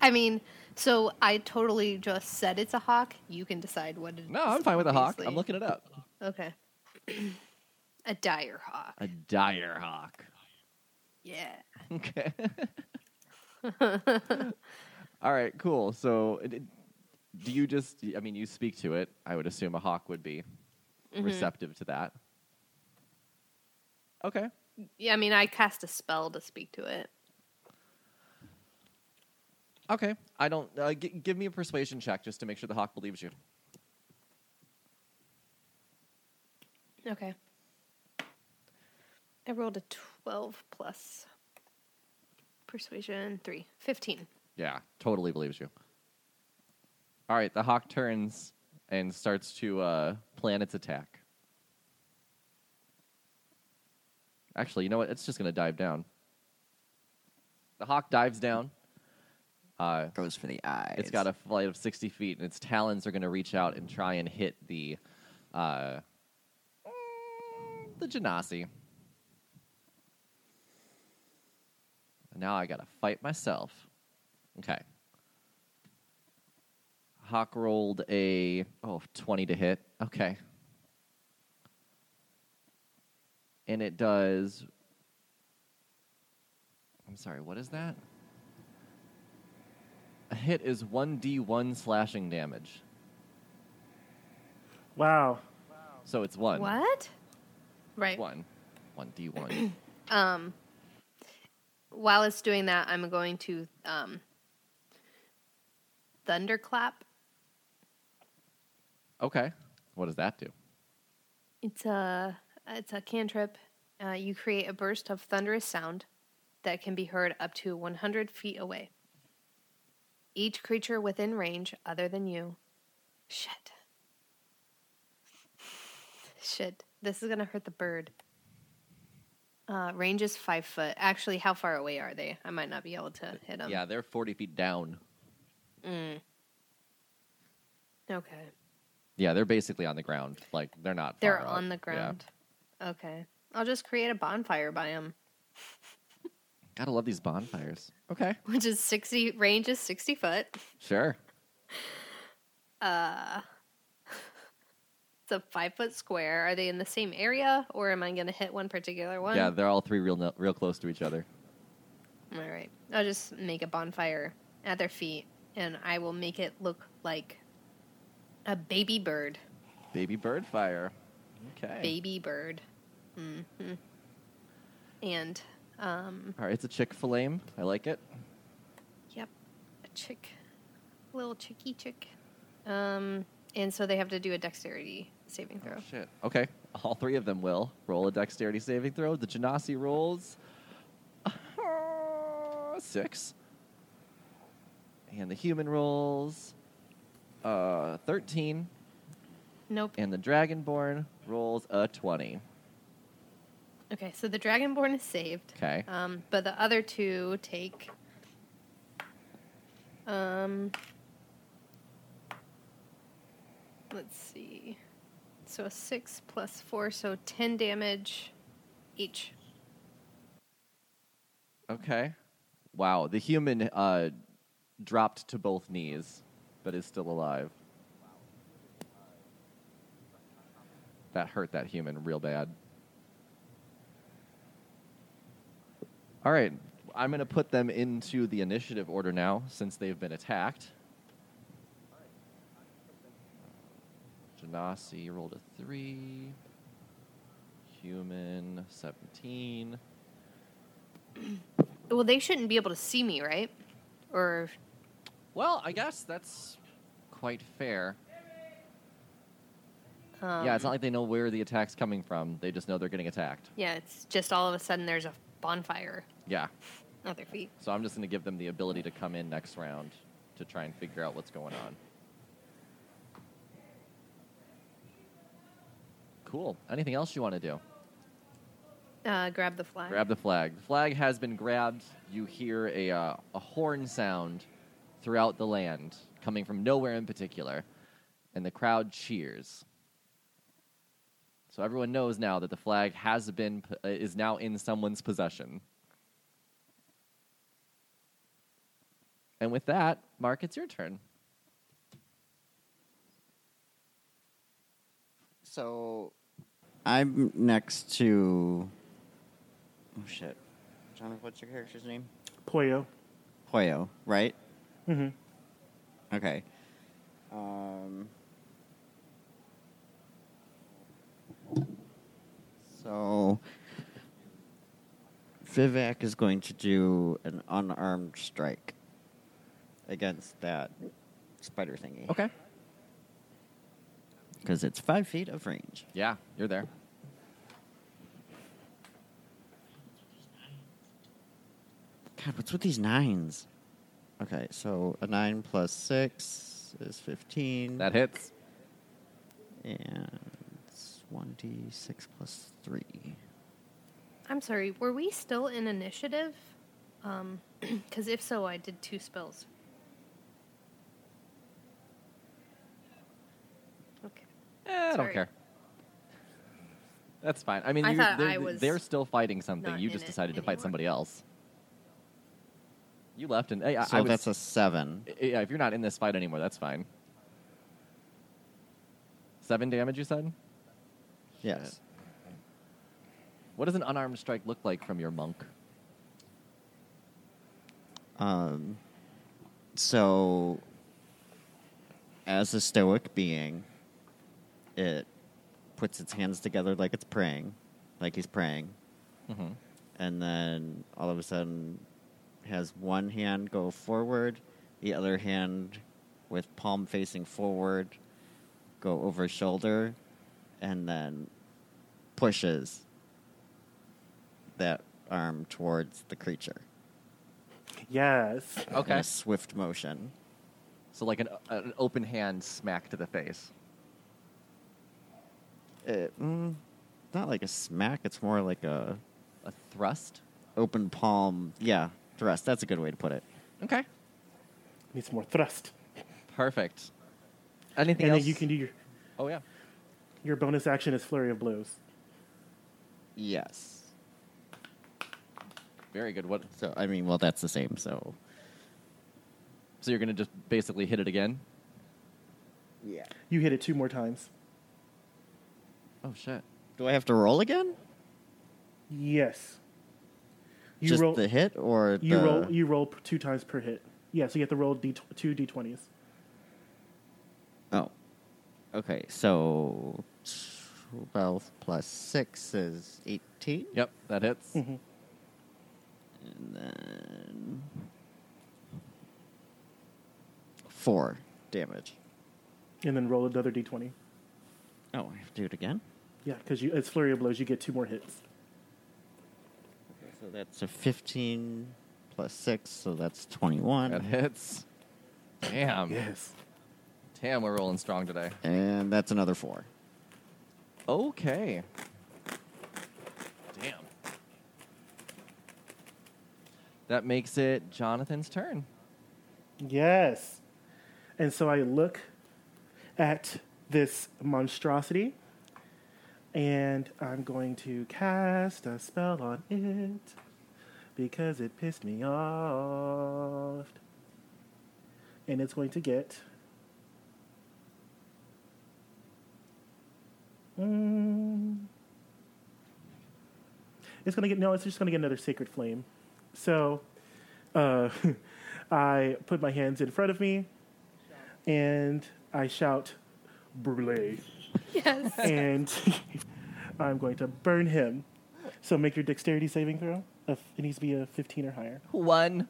I mean, so I totally just said it's a hawk. You can decide what it is.
No, I'm fine with a hawk. I'm
obviously.
looking it up.
Okay. a dire hawk.
A dire hawk.
Yeah.
Okay. All right, cool. So, it- it- do you just, I mean, you speak to it. I would assume a hawk would be receptive to that. Okay.
Yeah, I mean, I cast a spell to speak to it.
Okay. I don't, uh, g- give me a persuasion check just to make sure the hawk believes you.
Okay. I rolled a 12 plus persuasion 3. 15.
Yeah, totally believes you. All right, the hawk turns and starts to uh, plan its attack. Actually, you know what? It's just going to dive down. The hawk dives down. Uh,
Goes for the eyes.
it's got a flight of 60 feet, and its talons are going to reach out and try and hit the uh, the genasi. Now I gotta fight myself. Okay. Hawk rolled a oh 20 to hit. Okay. And it does. I'm sorry. What is that? A hit is 1d1 slashing damage.
Wow.
So it's one.
What? Right.
One. 1d1.
Um, while it's doing that, I'm going to um, thunderclap.
okay. What does that do?
It's a it's a cantrip. Uh, you create a burst of thunderous sound that can be heard up to 100 feet away. Each creature within range, other than you. Shit. Shit. This is gonna hurt the bird. Uh, range is five foot. Actually, how far away are they? I might not be able to hit them.
yeah, they're 40 feet down.
Mm. Okay.
Yeah, they're basically on the ground. Like they're not.
They're
far up.
on the
Yeah.
ground. Okay. I'll just create a bonfire by them,
Gotta love these bonfires. Okay.
which is 60, range is 60 foot.
Sure.
Uh, it's a five foot square. Are they in the same area or am I going to hit one particular one?
Yeah, they're all three real no- real close to each other.
All right. I'll just make a bonfire at their feet and I will make it look like a baby bird.
Baby bird fire. Okay.
Baby bird. hmm And, um,
All right, it's a Chick Fil A. I like it.
Yep. A chick. Little chicky chick. Um, and so they have to do a dexterity saving throw.
Oh, Shit. Okay. All three of them will roll a dexterity saving throw. The Genasi rolls uh, six, and the human rolls uh, thirteen,
Nope.
and the Dragonborn rolls a twenty.
Okay, so the dragonborn is saved.
Okay.
Um, but the other two take um let's see. So a six plus four, so ten damage each.
Okay. Wow. The human uh, dropped to both knees, but is still alive. That hurt that human real bad. All right. I'm going to put them into the initiative order now since they've been attacked. Janasi rolled a 3. Human 17.
Well they shouldn't be able to see me, right? Or
Well, I guess that's quite fair.
um,
yeah, it's not like they know where the attack's coming from. They just know they're getting attacked.
Yeah, it's just all of a sudden there's a bonfire
Yeah.
at their feet.
So I'm just going to give them the ability to come in next round to try and figure out what's going on. Cool. Anything else you want to do?
Uh, grab the flag.
Grab the flag. The flag has been grabbed. You hear a, uh, a horn sound throughout the land, coming from nowhere in particular, and the crowd cheers. So everyone knows now that the flag has been p- uh, is now in someone's possession. And with that, Mark, it's your turn.
So I'm next to. Oh shit, Johnny, what's your character's name?
Poyo.
Hoyo, right? Mm-hmm.
hmm
Okay. Um. So Vivek is going to do an unarmed strike against that spider thingy
Okay.
because it's five feet of range.
Yeah, you're there.
God, what's with these nines? Okay, so a nine plus six is fifteen.
That hits.
and it's one d six plus three.
I'm sorry, were we still in initiative? Um, because if so, I did two spells. Okay.
Eh, I don't
Sorry.
care. That's fine. I mean,
I
you,
thought
they're,
I was
they're still fighting something.
not
You
in
just
it
decided to fight
anymore.
somebody else. You left, and hey, I,
So
I was, eh,
that's a seven.
yeah. If you're not in this fight anymore, that's fine. Seven damage, you said.
Yes.
What does an unarmed strike look like from your monk?
Um, so, as a stoic being, it puts its hands together like it's praying, like he's praying,
Mm-hmm.
and then all of a sudden has one hand go forward, the other hand with palm facing forward, go over shoulder, and then pushes that arm towards the creature
Yes.
in
Okay.
a swift motion.
So like an, an open hand smack to the face.
it, mm, not like a smack. It's more like a
A thrust.
open palm. Yeah, thrust. That's a good way to put it.
Okay.
Needs more thrust.
Perfect. Anything
and
else?
then you can do your
Oh yeah.
your bonus action is flurry of blows.
Yes.
Very good. What?
So I mean, well, that's the same. So
So you're gonna just basically hit it again?
yeah.
You hit it two more times.
Oh shit.
Do I have to roll again?
Yes. You
Just
roll.
the hit or
you
the...
roll. You roll p- two times per hit. Yeah. So you have to roll d tw- two d twenties.
Oh. Okay. So twelve plus six is eighteen.
Yep, that hits.
Mm-hmm. And then four damage.
and then roll another d20.
Oh, I have to do it again.
Yeah, because it's flurry of blows. You get two more hits.
So that's a 15 plus 6, so that's 21.
That hits. Damn.
Yes.
Damn, we're rolling strong today.
And that's another 4.
Okay. Damn. That makes it Jonathan's turn.
Yes. And so I look at this monstrosity, and I'm going to cast a spell on it because it pissed me off. And it's going to get. Mm. It's going to get. No, it's just going to get another sacred flame. So uh, I put my hands in front of me and I shout, Brûlé.
Yes.
and I'm going to burn him. So make your dexterity saving throw. If It needs to be a 15 or higher.
One.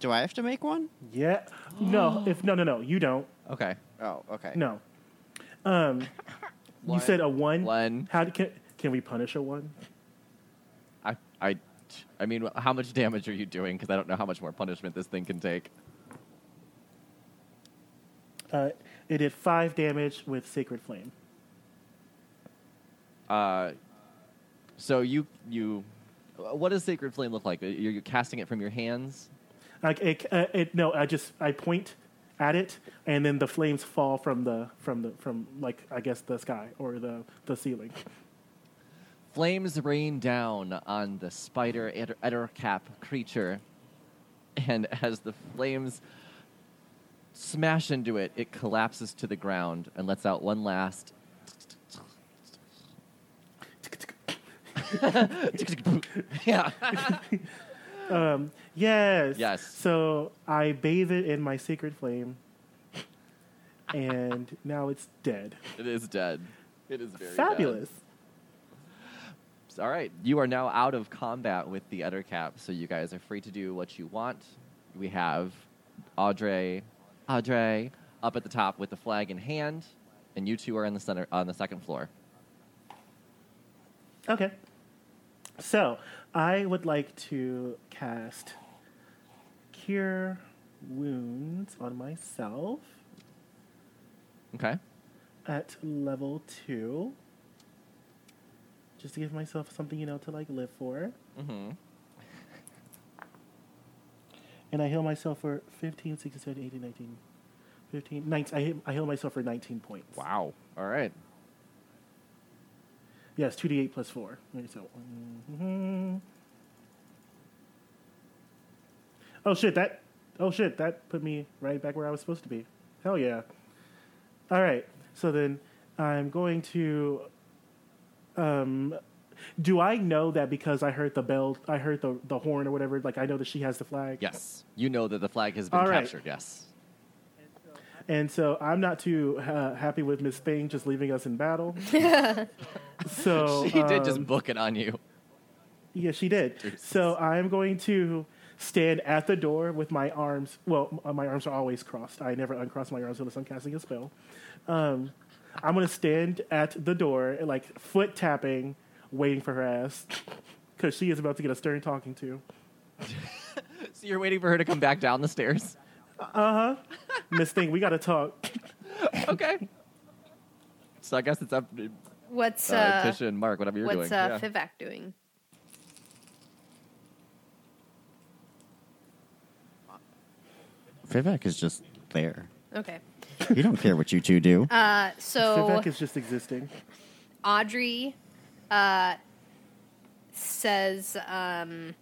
Do I have to make one?
Yeah. No, if no, no, no. You don't.
Okay.
Oh, okay.
No. Um, you
One.
said a one.
One.
How can, can we punish a one?
I, I, I mean, how much damage are you doing? Because I don't know how much more punishment this thing can take.
Uh, it did five damage with Sacred Flame.
Uh, so you, you, what does Sacred Flame look like? You're, you're casting it from your hands.
Like it, uh, it, no, I just I point at it, and then the flames fall from the from the from like I guess the sky or the the ceiling.
Flames rain down on the spider eder- ettercap creature, and as the flames smash into it, it collapses to the ground and lets out one last. yeah.
Um, Yes.
Yes.
So I bathe it in my sacred flame, and now it's dead.
It is dead. It is very dead.
Fabulous.
All right, you are now out of combat with the Ettercap, so you guys are free to do what you want. We have Audrey, Audrey up at the top with the flag in hand, and you two are in the center on the second floor.
Okay. So I would like to cast Cure Wounds on myself
Okay,
at level two. Just to give myself something, you know, to like live for.
mm-hmm.
And I heal myself for 15, 16, 17, 18, 19, 15, 19. I heal, I heal myself for 19 points.
Wow. All right.
Yes, 2d8 plus mm-hmm. 4. Okay, So, mhm. Oh shit, that oh shit, that put me right back where I was supposed to be. Hell yeah. All right. So then I'm going to um do I know that because I heard the bell I heard the the horn or whatever, like I know that she has the flag?
Yes. You know that the flag has been
All right.
captured. Yes.
And so I'm not too uh, happy with Miss Thing just leaving us in battle. so
she did just
um,
book it on you.
Yeah, she did. So I'm going to stand at the door with my arms. Well, m- uh, my arms are always crossed. I never uncross my arms unless I'm casting a spell. Um, I'm going to stand at the door, like foot tapping, waiting for her ass, because she is about to get a stern talking to.
So you're waiting for her to come back down the stairs.
Miss Thing, we got to talk.
Okay. So I guess it's up to
What's
uh,
uh,
Tisha and Mark, whatever you're
what's
doing.
uh,
Yeah.
Vivek doing?
Vivek is just there.
Okay.
He don't care what you two do.
Uh, so
Vivek is just existing.
Audrey uh, says um,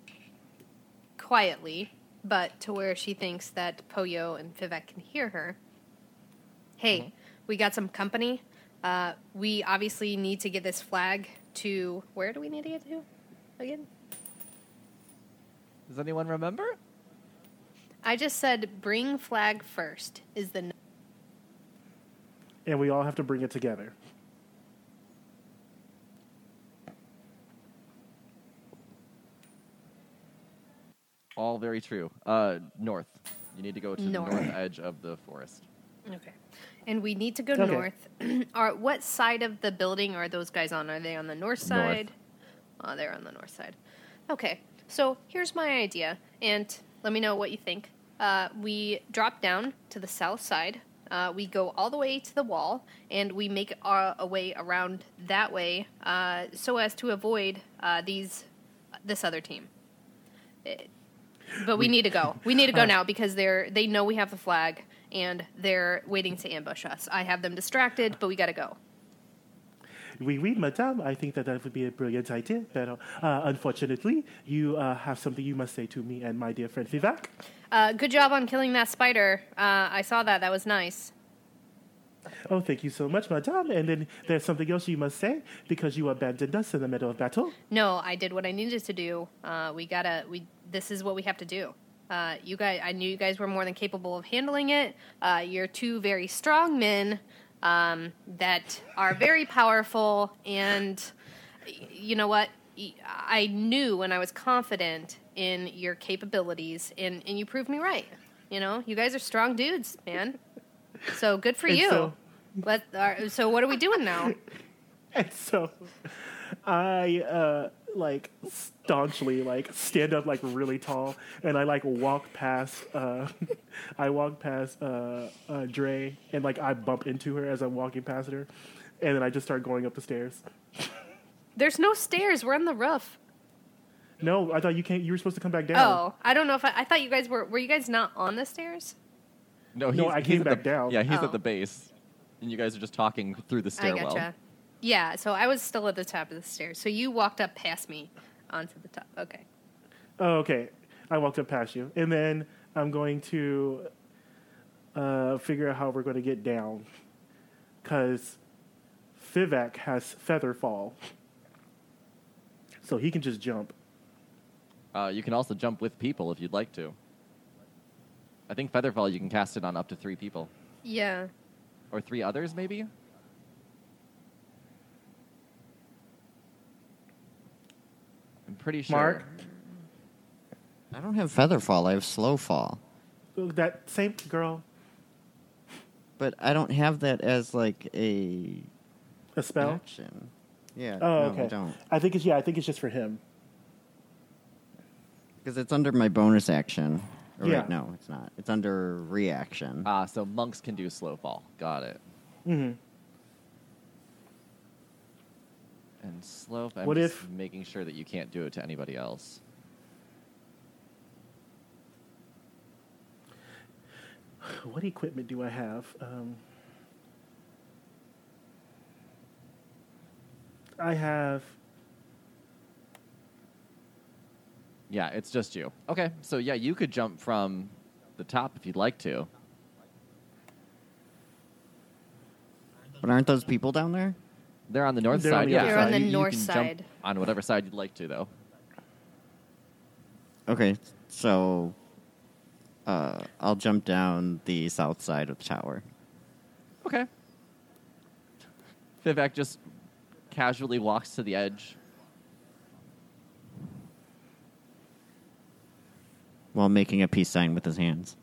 quietly, but to where she thinks that Poyo and Vivek can hear her. Hey, we got some company. Uh, we obviously need to get this flag to where do we need to get to again?
Does anyone remember?
I just said bring flag first is the
And we all have to bring it together.
All very true. Uh, north. You need to go to
North.
the north edge of the forest.
Okay. And we need to go
Okay.
north. are what side of the building are those guys on? Are they on the north side? Oh, they're on the north side. Okay. So here's my idea, and let me know what you think. Uh, we drop down to the south side. Uh, we go all the way to the wall, and we make our, a way around that way, uh, so as to avoid uh, these this other team. It- but we need to go. We need to go now because they're they know we have the flag and they're waiting to ambush us. I have them distracted, but we got to go.
uh,
Uh, good job on killing that spider. Uh, I saw that. That was nice.
Oh, thank you so much, madame. And then there's something else you must say because you abandoned us in the middle of battle.
No, I did what I needed to do. Uh, we gotta. We this is what we have to do. Uh, you guys, I knew you guys were more than capable of handling it. Uh, you're two very strong men um, that are very powerful, and y- you know what? Y- I knew and I was confident in your capabilities, and, and you proved me right. You know, you guys are strong dudes, man. So good for
And
you.
so-
Let, uh, so what are we doing now?
And so I, uh, like, staunchly, like, stand up, like, really tall, and I, like, walk past, uh, I walk past, uh, uh, Dre, and, like, I bump into her as I'm walking past her, and then I just start going up the stairs.
There's no stairs. We're on the roof.
No, I thought you can't, you were supposed to come back down.
Oh, I don't know if I, I thought you guys were. Were you guys not on the stairs?
No, he's,
I
he's
came
at the-
back down.
Yeah, he's
Oh.
at the base, and you guys are just talking through the stairwell.
I gotcha. Yeah, so I was still at the top of the stairs. So you walked up past me onto the top. Okay.
Oh, okay. I walked up past you. And then I'm going to uh, figure out how we're going to get down. Because Vivek has feather fall. So he can just jump.
Uh, you can also jump with people if you'd like to. I think Featherfall, you can cast it on up to three people.
Yeah.
Or three others, maybe? I'm pretty sure.
Mark?
I don't have feather fall. I have slow fall.
That same girl,
But I don't have that as like a
a spell.
action. Yeah.
Oh,
no,
okay.
I don't.
I think it's yeah. I think it's just for him.
Because it's under my bonus action. Or
Yeah.
Wait, no, it's not. It's under reaction.
Ah, so monks can do slow fall. Got it.
hmm
And slope, I'm
What
just
if-
making sure that you can't do it to anybody else.
What equipment do I have? Um, I have
Yeah, it's just you. Okay, so yeah, you could jump from the top if you'd like to.
But aren't those people down there?
They're on the north
They're on
side.
the
yeah,
other
They're on
so
the
you- you
north
can jump
side.
on whatever side you'd like to, though.
Okay, so uh, I'll jump down the south side of the tower.
Okay. Vivek just casually walks to the edge.
while making a peace sign with his hands.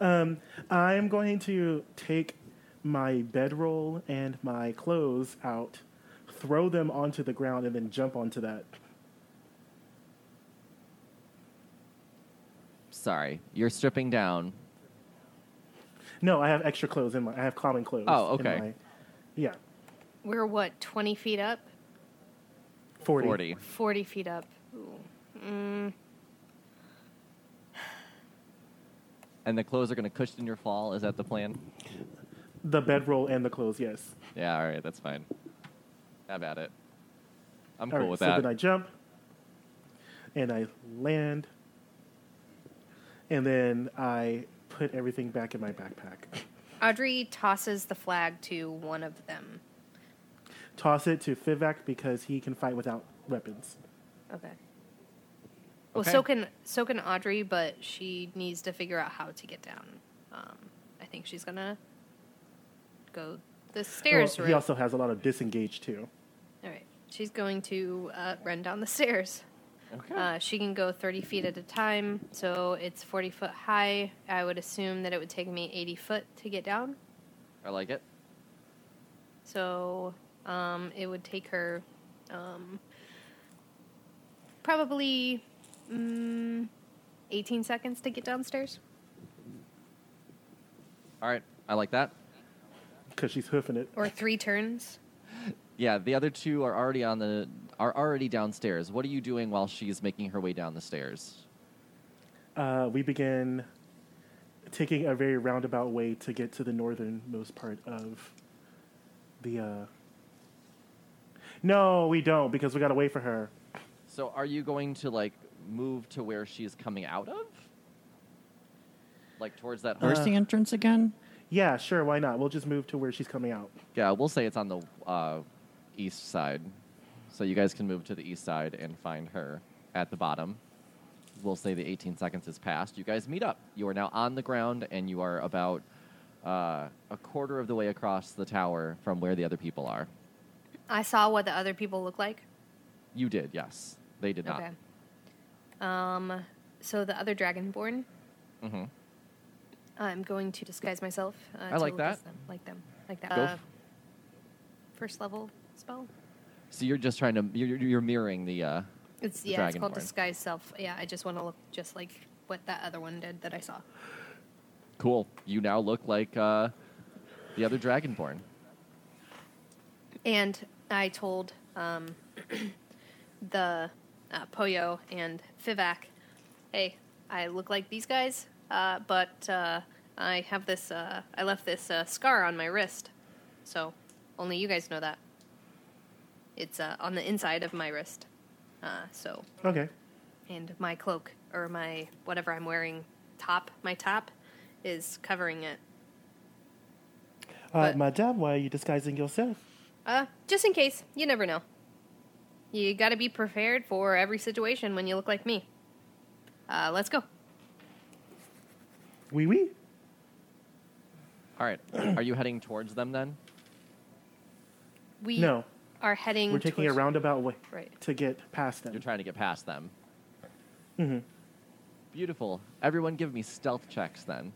I'm going to take my bedroll and my clothes out, throw them onto the ground, and then jump onto that.
Sorry, you're stripping down.
No, I have extra clothes in my. I have common clothes.
Oh,
in
okay.
my- yeah,
We're what, 20 feet up?
forty.
40.
40 feet up. Ooh. Mm,
And the clothes are going to cushion your fall. Is that the plan?
The bedroll and the clothes. Yes.
Yeah, all right, that's fine. Have at it. I'm
All
cool
right,
with
so
that.
then I jump, and I land, and then I put everything back in my backpack.
Audrey tosses the flag to one of them.
Toss it to Fivac because he can fight without weapons.
Okay. Well,
Okay.
so can so can Audrey, but she needs to figure out how to get down. Um, I think she's gonna go the stairs route.
Well, Oh, he also has a lot of disengage too.
All right, she's going to uh, run down the stairs.
okay.
Uh, she can go 30 feet at a time, so it's 40 foot high. I would assume that it would take me 80 foot to get down.
I like it.
So um, it would take her um, probably mm, 18 seconds to get downstairs.
All right, I like that.
Because she's hoofing it.
Or three turns.
Yeah, the other two are already on the are already downstairs. What are you doing while she's making her way down the stairs?
Uh, we begin taking a very roundabout way to get to the northernmost part of the. Uh... No, we don't because we gotta wait for her.
So are you going to like move to where she's coming out of? Like towards
Uh,
that
Where's
hole?
the entrance again?
Yeah, sure, why not? We'll just move to where she's coming out.
Yeah, we'll say it's on the uh, east side. So you guys can move to the east side and find her at the bottom. We'll say the 18 seconds has passed. You guys meet up. You are now on the ground and you are about uh, a quarter of the way across the tower from where the other people are.
I saw what the other people look like.
You did, yes. They did not.
Okay. Um, so the other dragonborn,
hmm
I'm going to disguise myself. Uh,
I
to
like
look as
that.
Them, like them. Like that.
Go.
Uh, first level spell.
So you're just trying to, you're, you're- you're mirroring the, uh,
It's
The
yeah, it's called
dragonborn.
disguise self. Yeah, I just want to look just like what that other one did that I saw.
cool. You now look like uh, the other dragonborn.
And I told um, the uh, Poyo and Fivac, hey, I look like these guys, uh, but uh, I have this, uh, I left this uh, scar on my wrist. So only you guys know that. It's uh, on the inside of my wrist. Uh, so,
Okay.
and my cloak, or my whatever I'm wearing top, my top, is covering it.
Uh,
But-
Madame, why are you disguising yourself?
Uh, just in case. You never know. You gotta be prepared for every situation when you look like me. Uh, let's go.
Wee wee.
All right. are you heading towards them then?
We
No,
are heading.
we're taking a
towards-
roundabout way
Right.
to get past them.
You're trying to get past them.
Mhm.
Beautiful. Everyone give me stealth checks then.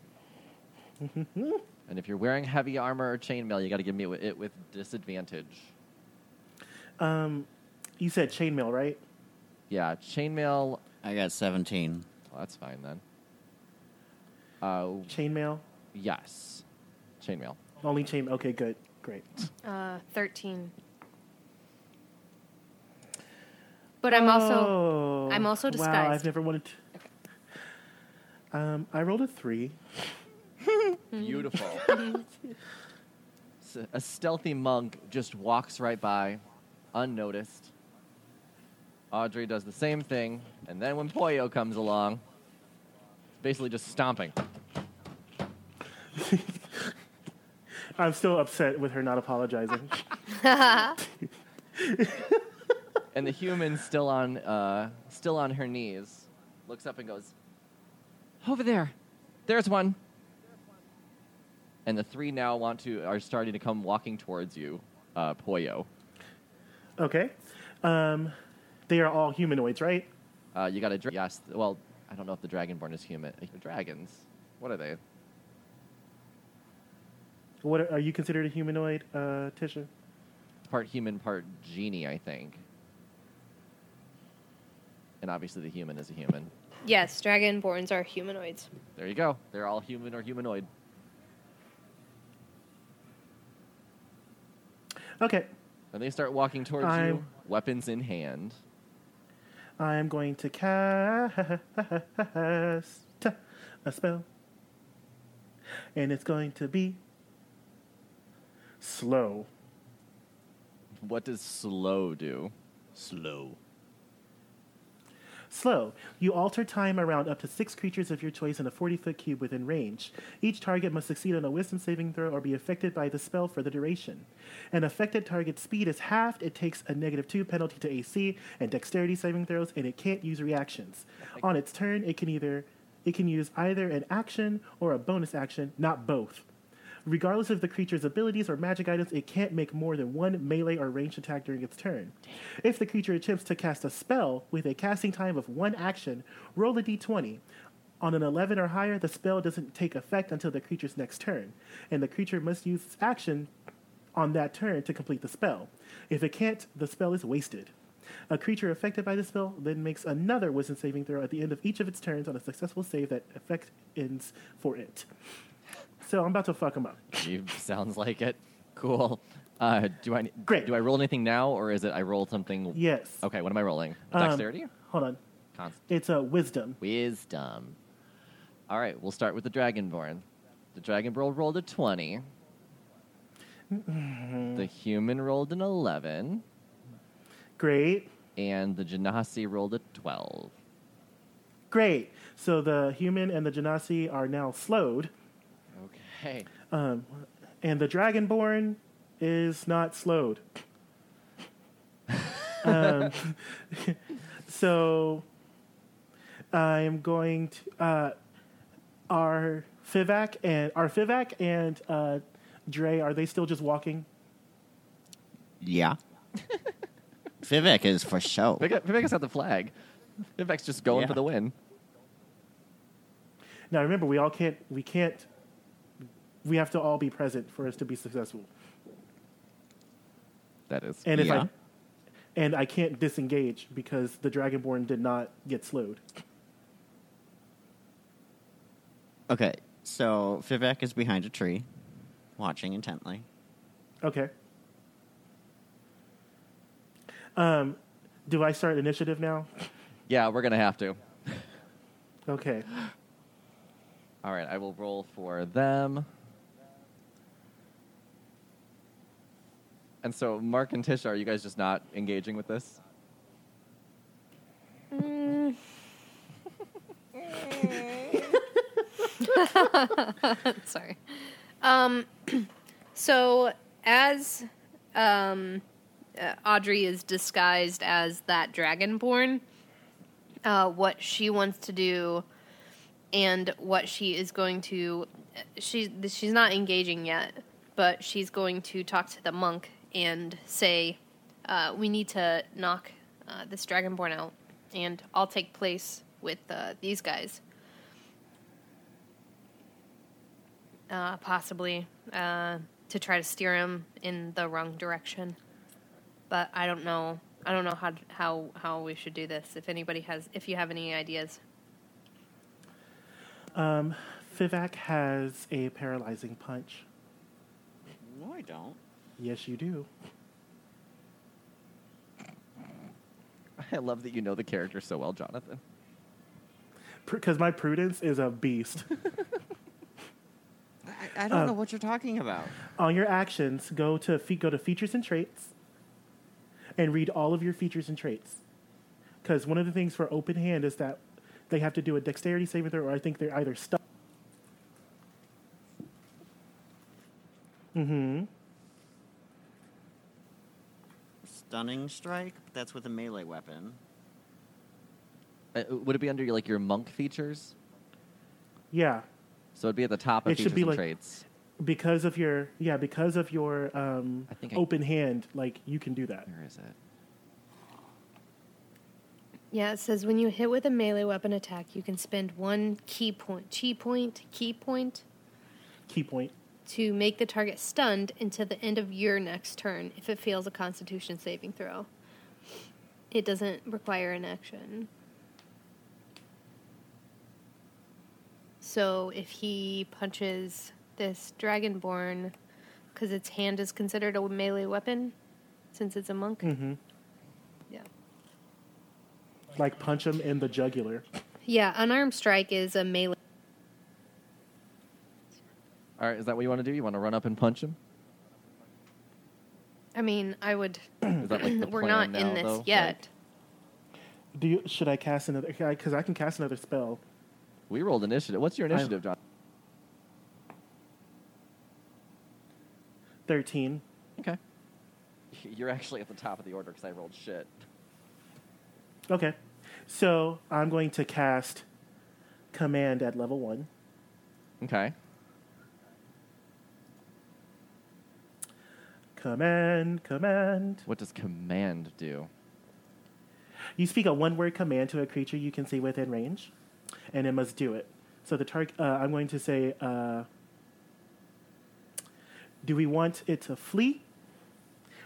and if you're wearing heavy armor or chainmail, you got to give me wi- it with disadvantage.
Um, you said chainmail, right?
Yeah, chainmail.
I got 17.
Well, that's fine then. Uh,
Chainmail.
yes. Chainmail.
Only chain. Okay, good, great.
Uh, thirteen. But I'm also
Oh,
I'm also
Wow, I've
disguised.
never wanted. To... Um, I rolled a three.
Beautiful. S- a stealthy monk just walks right by, unnoticed. Audrey does the same thing, and then when Poyo comes along, it's basically just stomping.
I'm still upset with her not apologizing.
And the human still on uh, still on her knees looks up and goes, Over there. There's one. And the three now want to are starting to come walking towards you, uh, Poyo.
okay. Um, they are all humanoids, right?
Uh, you got a dra- yes. Well, I don't know if the dragonborn is human. Uh, Dragons. What are they?
What are, are you considered a humanoid, uh, Tisha?
Part human, part genie, I think. And obviously, the human is a human.
Yes, dragonborns are humanoids.
There you go. They're all human or humanoid.
Okay.
And they start walking towards you,
I'm-
weapons in hand.
I am going to cast a spell. And it's going to be slow.
What does slow do?
Slow.
Slow. You alter time around up to six creatures of your choice in a 40 foot cube within range. Each target must succeed on a wisdom saving throw or be affected by the spell for the duration. An affected target's speed is halved, it takes a negative 2 penalty to AC and dexterity saving throws, and it can't use reactions. On its turn, it can either it can use either an action or a bonus action, not both. Regardless of the creature's abilities or magic items, it can't make more than one melee or ranged attack during its turn. If the creature attempts to cast a spell with a casting time of one action, roll a d20. On an 11 or higher, the spell doesn't take effect until the creature's next turn, and the creature must use its action on that turn to complete the spell. If it can't, the spell is wasted. A creature affected by the spell then makes another wisdom saving throw at the end of each of its turns on a successful save that effect ends for it. So I'm about to fuck him up.
You sounds like it. Cool. Uh, do I
Great.
Do I roll anything now, or is it I roll something?
Yes.
Okay. What am I rolling?
Um,
Dexterity.
Hold on.
Const-
It's a wisdom.
Wisdom. All right. We'll start with the dragonborn. The dragonborn rolled a twenty. the human rolled an eleven,
Great.
and the genasi rolled a twelve.
Great. So the human and the genasi are now slowed,
Okay.
um, and the dragonborn is not slowed. um, so I'm going to uh, our Fivac and our Fivac and uh, Dre. Are they still just walking?
Yeah. Vivek is for show.
Vivek Vivek's got the flag. Vivek's just going
Yeah.
for the win.
Now remember, we all can't. We can't. We have to all be present for us to be successful.
That is.
And if
Yeah.
I and I can't disengage because the Dragonborn did not get slowed.
Okay, so Vivek is behind a tree, watching intently.
Okay. Um, do I start initiative now?
yeah, we're gonna have to.
Okay.
All right, I will roll for them. And so, Mark and Tisha, are you guys just not engaging with this?
Sorry. Um, so as um, uh, Audrey is disguised as that dragonborn, uh, what she wants to do and what she is going to she she's not engaging yet, but she's going to talk to the monk and say, uh, "We need to knock uh, this dragonborn out, and I'll take place with uh, these guys." uh, possibly uh, to try to steer him in the wrong direction. But I don't know. I don't know how how how we should do this. If anybody has, if you have any ideas,
Um, Fivac has a paralyzing punch.
No, I don't.
Yes, you do.
I love that you know the character so well, Jonathan.
Because my prudence is a beast.
I, I don't know what you're talking about.
On your actions, go to fe- go to features and traits, and read all of your features and traits. Because one of the things for open hand is that they have to do a dexterity saving throw, or I think they're either stuck. Mm-hmm.
Stunning strike. But that's with a melee weapon.
Uh, would it be under like your monk features?
Yeah,
So it'd be at the top of
It should
features
be
and
like-
traits.
because of your yeah because of your um,
I think I-
open hand, like you can do that.
Where is it?
Yeah, it says when you hit with a melee weapon attack, you can spend one key point, chi point, key point
Key point.
to make the target stunned until the end of your next turn if it fails a Constitution saving throw. It doesn't require an action. So if he punches this dragonborn, because its hand is considered a melee weapon, since it's a monk.
Mm-hmm.
Yeah.
Like punch him in the jugular.
Yeah, unarmed strike is a melee.
All right, is that what you want to do? You want to run up and punch him?
I mean, I would.
Is that like the
We're not
plan
in
now,
this
though?
yet.
Like,
Do you, should I cast another? Because I can cast another spell.
we rolled initiative. What's your initiative, John?
Thirteen.
Okay. You're actually at the top of the order because I rolled shit.
Okay. So I'm going to cast command at level one.
Okay.
Command, command.
What does command do?
You speak a one word command to a creature you can see within range, and it must do it. So the target, uh, I'm going to say, uh, do we want it to flee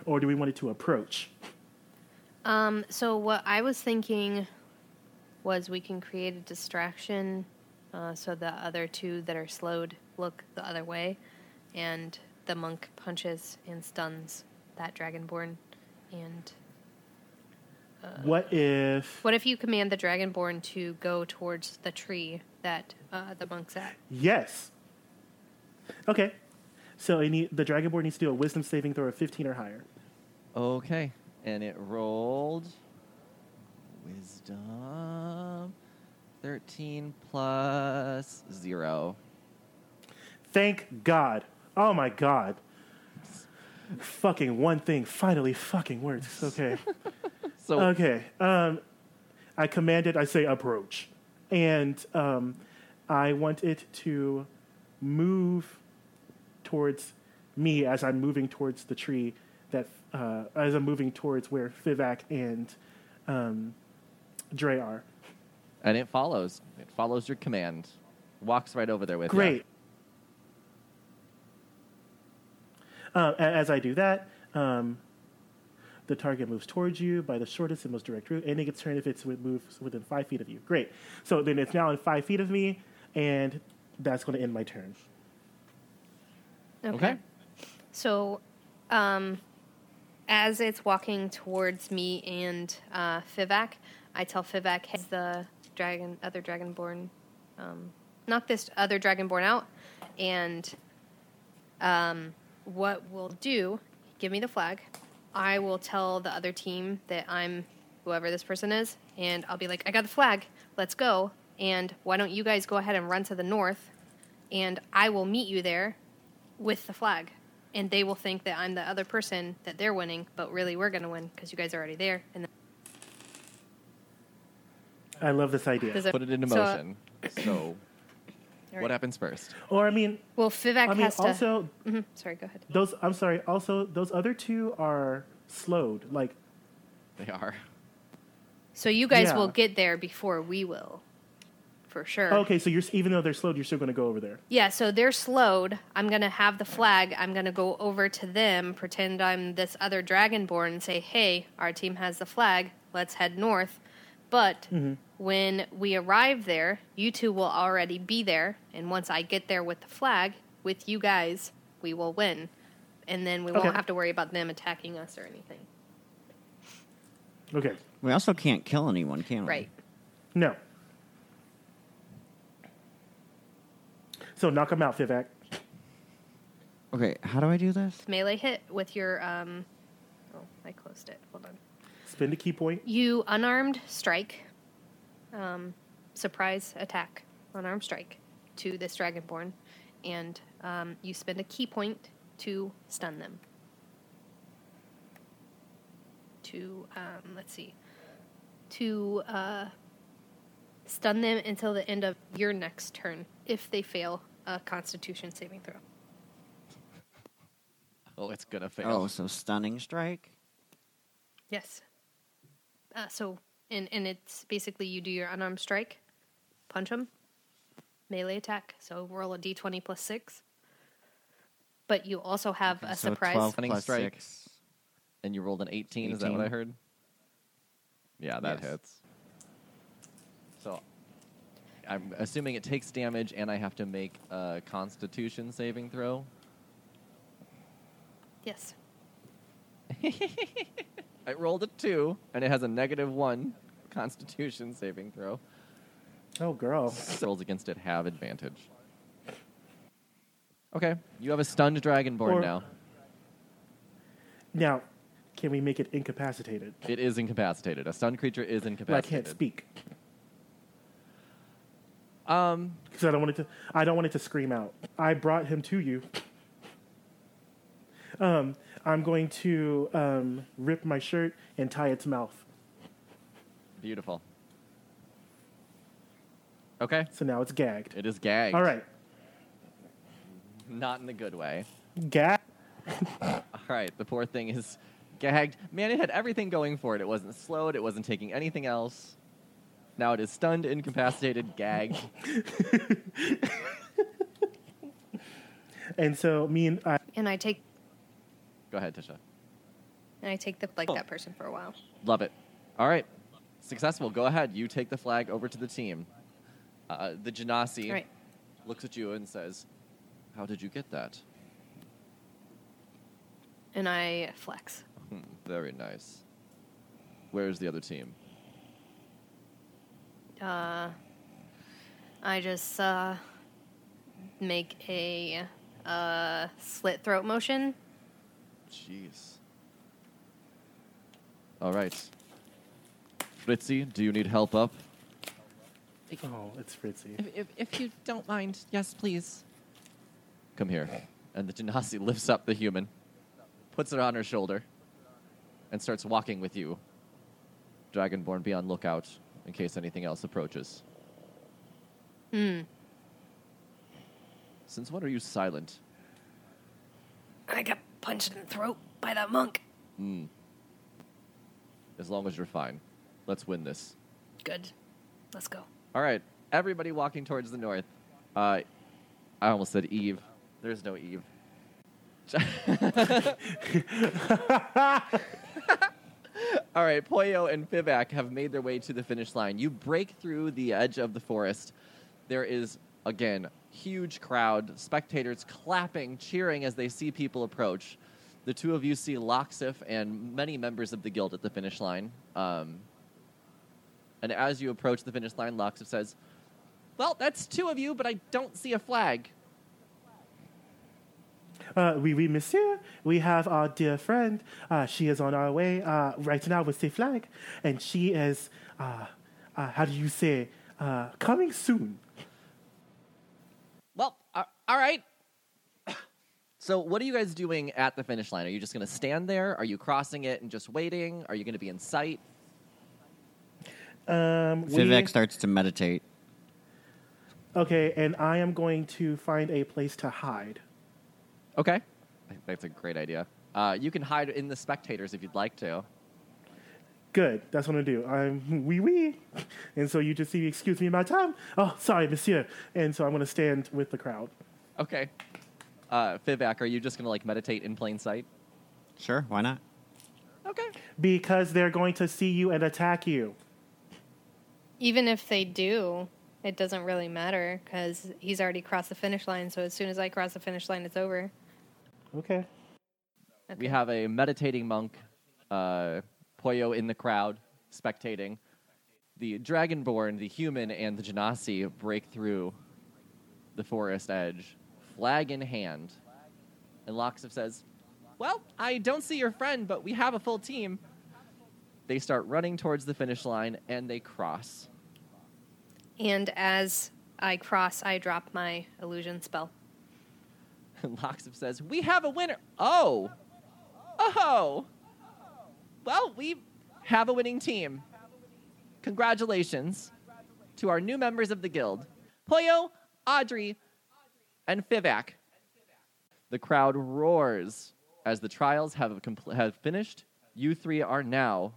or do we want it to approach?
Um, so what I was thinking was we can create a distraction uh, so the other two that are slowed look the other way, and the monk punches and stuns that dragonborn. And uh,
what if,
what if you command the dragonborn to go towards the tree that uh, the monk's at?
yes. Okay. So it need, the Dragonborn needs to do a wisdom saving throw of 15 or higher.
Okay. And it rolled wisdom 13 plus 0.
Thank God. Oh my God. fucking one thing finally fucking works. Okay.
So
Okay. Um, I commanded, I say approach. And um, I want it to move towards me as I'm moving towards the tree that, uh, as I'm moving towards where Fivac and um, Dre are.
and it follows. It follows your command. Walks right over there with ya.
Great. Uh, a- as I do that, um, the target moves towards you by the shortest and most direct route, ending its turn if it's it moves within five feet of you. Great. So then it's now in five feet of me, and that's going to end my turn.
okay.
So, um, as it's walking towards me and uh, Fivac, I tell Fivac, "Hey, the dragon, other dragonborn, um, knock this other dragonborn out." And um, what we'll do? Give me the flag. I will tell the other team that I'm whoever this person is, and I'll be like, "I got the flag. Let's go." And why don't you guys go ahead and run to the north, and I will meet you there with the flag. And they will think that I'm the other person that they're winning, but really we're going to win because you guys are already there. And
I love this idea.
there's a-
Put it into
so, uh,
motion. So
all
what
right.
happens first?
Or I mean,
Well, Fivac
I mean,
has to.
also
Mhm. Sorry, go ahead.
those. I'm sorry. Also, those other two are slowed. Like,
They are.
So you guys
Yeah.
will get there before we will, for sure.
okay, so you're s- even though they're slowed, you're still going to go over there.
Yeah, so they're slowed. I'm going to have the flag. I'm going to go over to them, pretend I'm this other dragonborn, and say, hey, our team has the flag. Let's head north. But when we arrive there, you two will already be there. And once I get there with the flag, with you guys, we will win. And then we won't
Okay.
have to worry about them attacking us or anything.
Okay.
We also can't kill anyone, can we?
Right.
No. So knock him out, Fivac.
Okay. How do I do this?
Melee hit with your. Um, oh, I closed it. Hold on.
Spend a key point.
You unarmed strike, um, surprise attack, unarmed strike to this dragonborn, and um, you spend a key point to stun them. To um, let's see, to uh, stun them until the end of your next turn if they fail a Constitution saving throw.
Oh, it's gonna fail.
Oh, so stunning strike.
Yes. Uh, so, and and it's basically you do your unarmed strike, punch him, melee attack. So roll a d20 plus six. But you also have a
so
surprise.
12
Stunning
plus
strike.
six.
And you rolled an 18, is that what I
18?
heard? Yeah, that
Yes.
hits. So I'm assuming it takes damage and I have to make a constitution saving throw.
Yes.
I rolled a 2 and it has a negative 1 constitution saving throw.
Oh, girl.
Rolls against it have advantage. Okay, you have a stunned dragonborn
Or-
now.
Now, can we make it incapacitated?
It is incapacitated. A stunned creature is
Well, I
incapacitated.
can't speak
Um,
because I don't want it to. I don't want it to scream out. I brought him to you. Um, I'm going to um, rip my shirt and tie its mouth.
beautiful. Okay,
So now it's gagged.
it is gagged.
All right,
Not in the good way.
gag.
All right, the poor thing is gagged. Man, it had everything going for it. It wasn't slowed, it wasn't taking anything else. Now it is stunned, incapacitated, gagged.
And so me and I.
And I take
Go ahead, Tisha.
and I take the like that person for a while.
Love it. All right, successful. Go ahead. You take the flag over to the team. Uh, the Genasi
All right.
looks at you and says, How did you get that?
And I flex.
Hmm, very nice. Where's the other team?
Uh, I just uh, make a uh, slit throat motion.
Jeez. All right. Fritzy, do you need help up?
Oh, it's Fritzy.
If, if, if you don't mind, yes, please. Come here. And the Genasi lifts up the human, puts her on her shoulder, and starts walking with you. Dragonborn, be on lookout in case anything else approaches.
Hmm.
Since when are you silent?
I got punched in the throat by that monk.
Mm. As long as you're fine. Let's win this.
Good. Let's go.
All right, everybody walking towards the north. Uh, I almost said Eve. There's no Eve. All right, Poyo and Fivac have made their way to the finish line. You break through the edge of the forest. There is again huge crowd, spectators clapping, cheering as they see people approach. The two of you see Loxif and many members of the guild at the finish line. Um, and as you approach the finish line, Loxif says, Well, that's two of you, but I don't see a flag.
Uh, oui, oui, monsieur. We have our dear friend. Uh, she is on our way uh, right now with the flag, and she is, uh, uh, how do you say, uh, coming soon.
Well, uh, all right. So, what are you guys doing at the finish line? Are you just going to stand there? Are you crossing it and just waiting? Are you going to be in sight?
Um, we-
Vivek starts to meditate.
okay, and I am going to find a place to hide.
Okay. I think That's a great idea. Uh, you can hide in the spectators if you'd like to.
Good. That's what I do. I'm wee wee. And so you just see, excuse me, my time. Oh, sorry, monsieur. And so I'm going to stand with the crowd.
Okay. Uh, Fivac, are you just going to like meditate in plain sight?
Sure, why not?
Okay.
Because they're going to see you and attack you.
Even if they do, it doesn't really matter because he's already crossed the finish line. So as soon as I cross the finish line, it's over.
Okay.
We have a meditating monk, uh, Poyo in the crowd, spectating. The dragonborn, the human, and the genasi break through the forest edge, flag in hand. And Loxif says, Well, I don't see your friend, but we have a full team. They start running towards the finish line and they cross.
And as I cross, I drop my illusion spell.
Loxop says, We have a winner. Oh. Oh. Well, we have a winning team. Congratulations to our new members of the guild Poyo, Audrey, and Fivac. The crowd roars as the trials have, compl- have finished. You three are now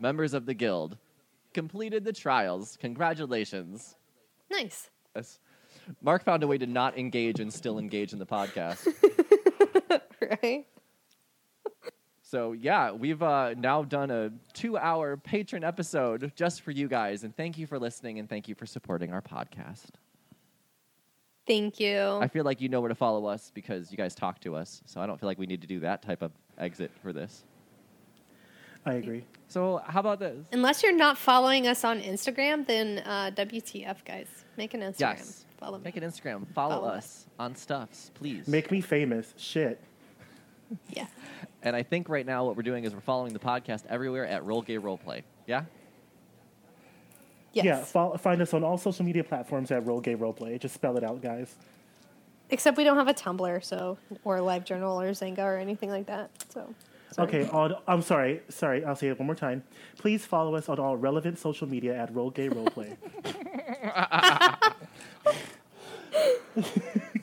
members of the guild. Completed the trials. Congratulations.
Nice.
Yes. Mark found a way to not engage and still engage in the podcast.
Right?
So yeah, we've uh, now done a two-hour patron episode just for you guys, and thank you for listening and thank you for supporting our podcast.
Thank you.
I feel like you know where to follow us because you guys talk to us, so I don't feel like we need to do that type of exit for this.
I agree.
So how about this?
Unless you're not following us on Instagram, then uh, WTF, guys. Make an Instagram.
Yes,
Follow me.
make an Instagram, follow,
Follow
us, on Stuffs, please.
Make me famous. Shit.
yeah.
and I think right now what we're doing is we're following the podcast everywhere at Roll Gay Roleplay. Yeah,
Yes.
Yeah, fol- find us on all social media platforms at Roll Gay Roleplay. Just spell it out, guys.
Except we don't have a Tumblr, so or LiveJournal or Zanga or anything like that. So sorry.
Okay, on, I'm sorry. Sorry, I'll say it one more time. Please follow us on all relevant social media at Roll Gay Roleplay.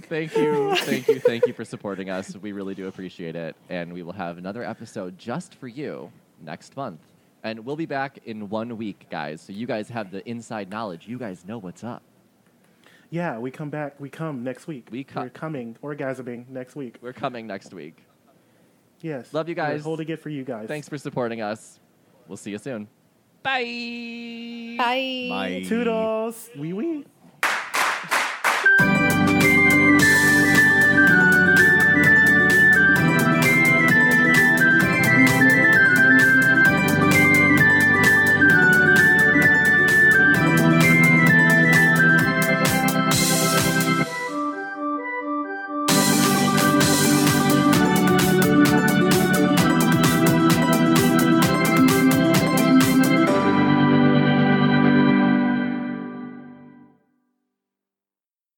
Thank you, thank you, thank you for supporting us. We really do appreciate it. And we will have another episode just for you next month. And we'll be back in one week, guys. So you guys have the inside knowledge. You guys know what's up.
yeah, we come back. We come next week.
We co-
We're coming, orgasming next week.
We're coming next week.
Yes.
Love you
We're
guys.
holding it for you guys.
Thanks for supporting us. We'll see you soon. Bye.
Bye.
Bye.
Toodles. Wee wee.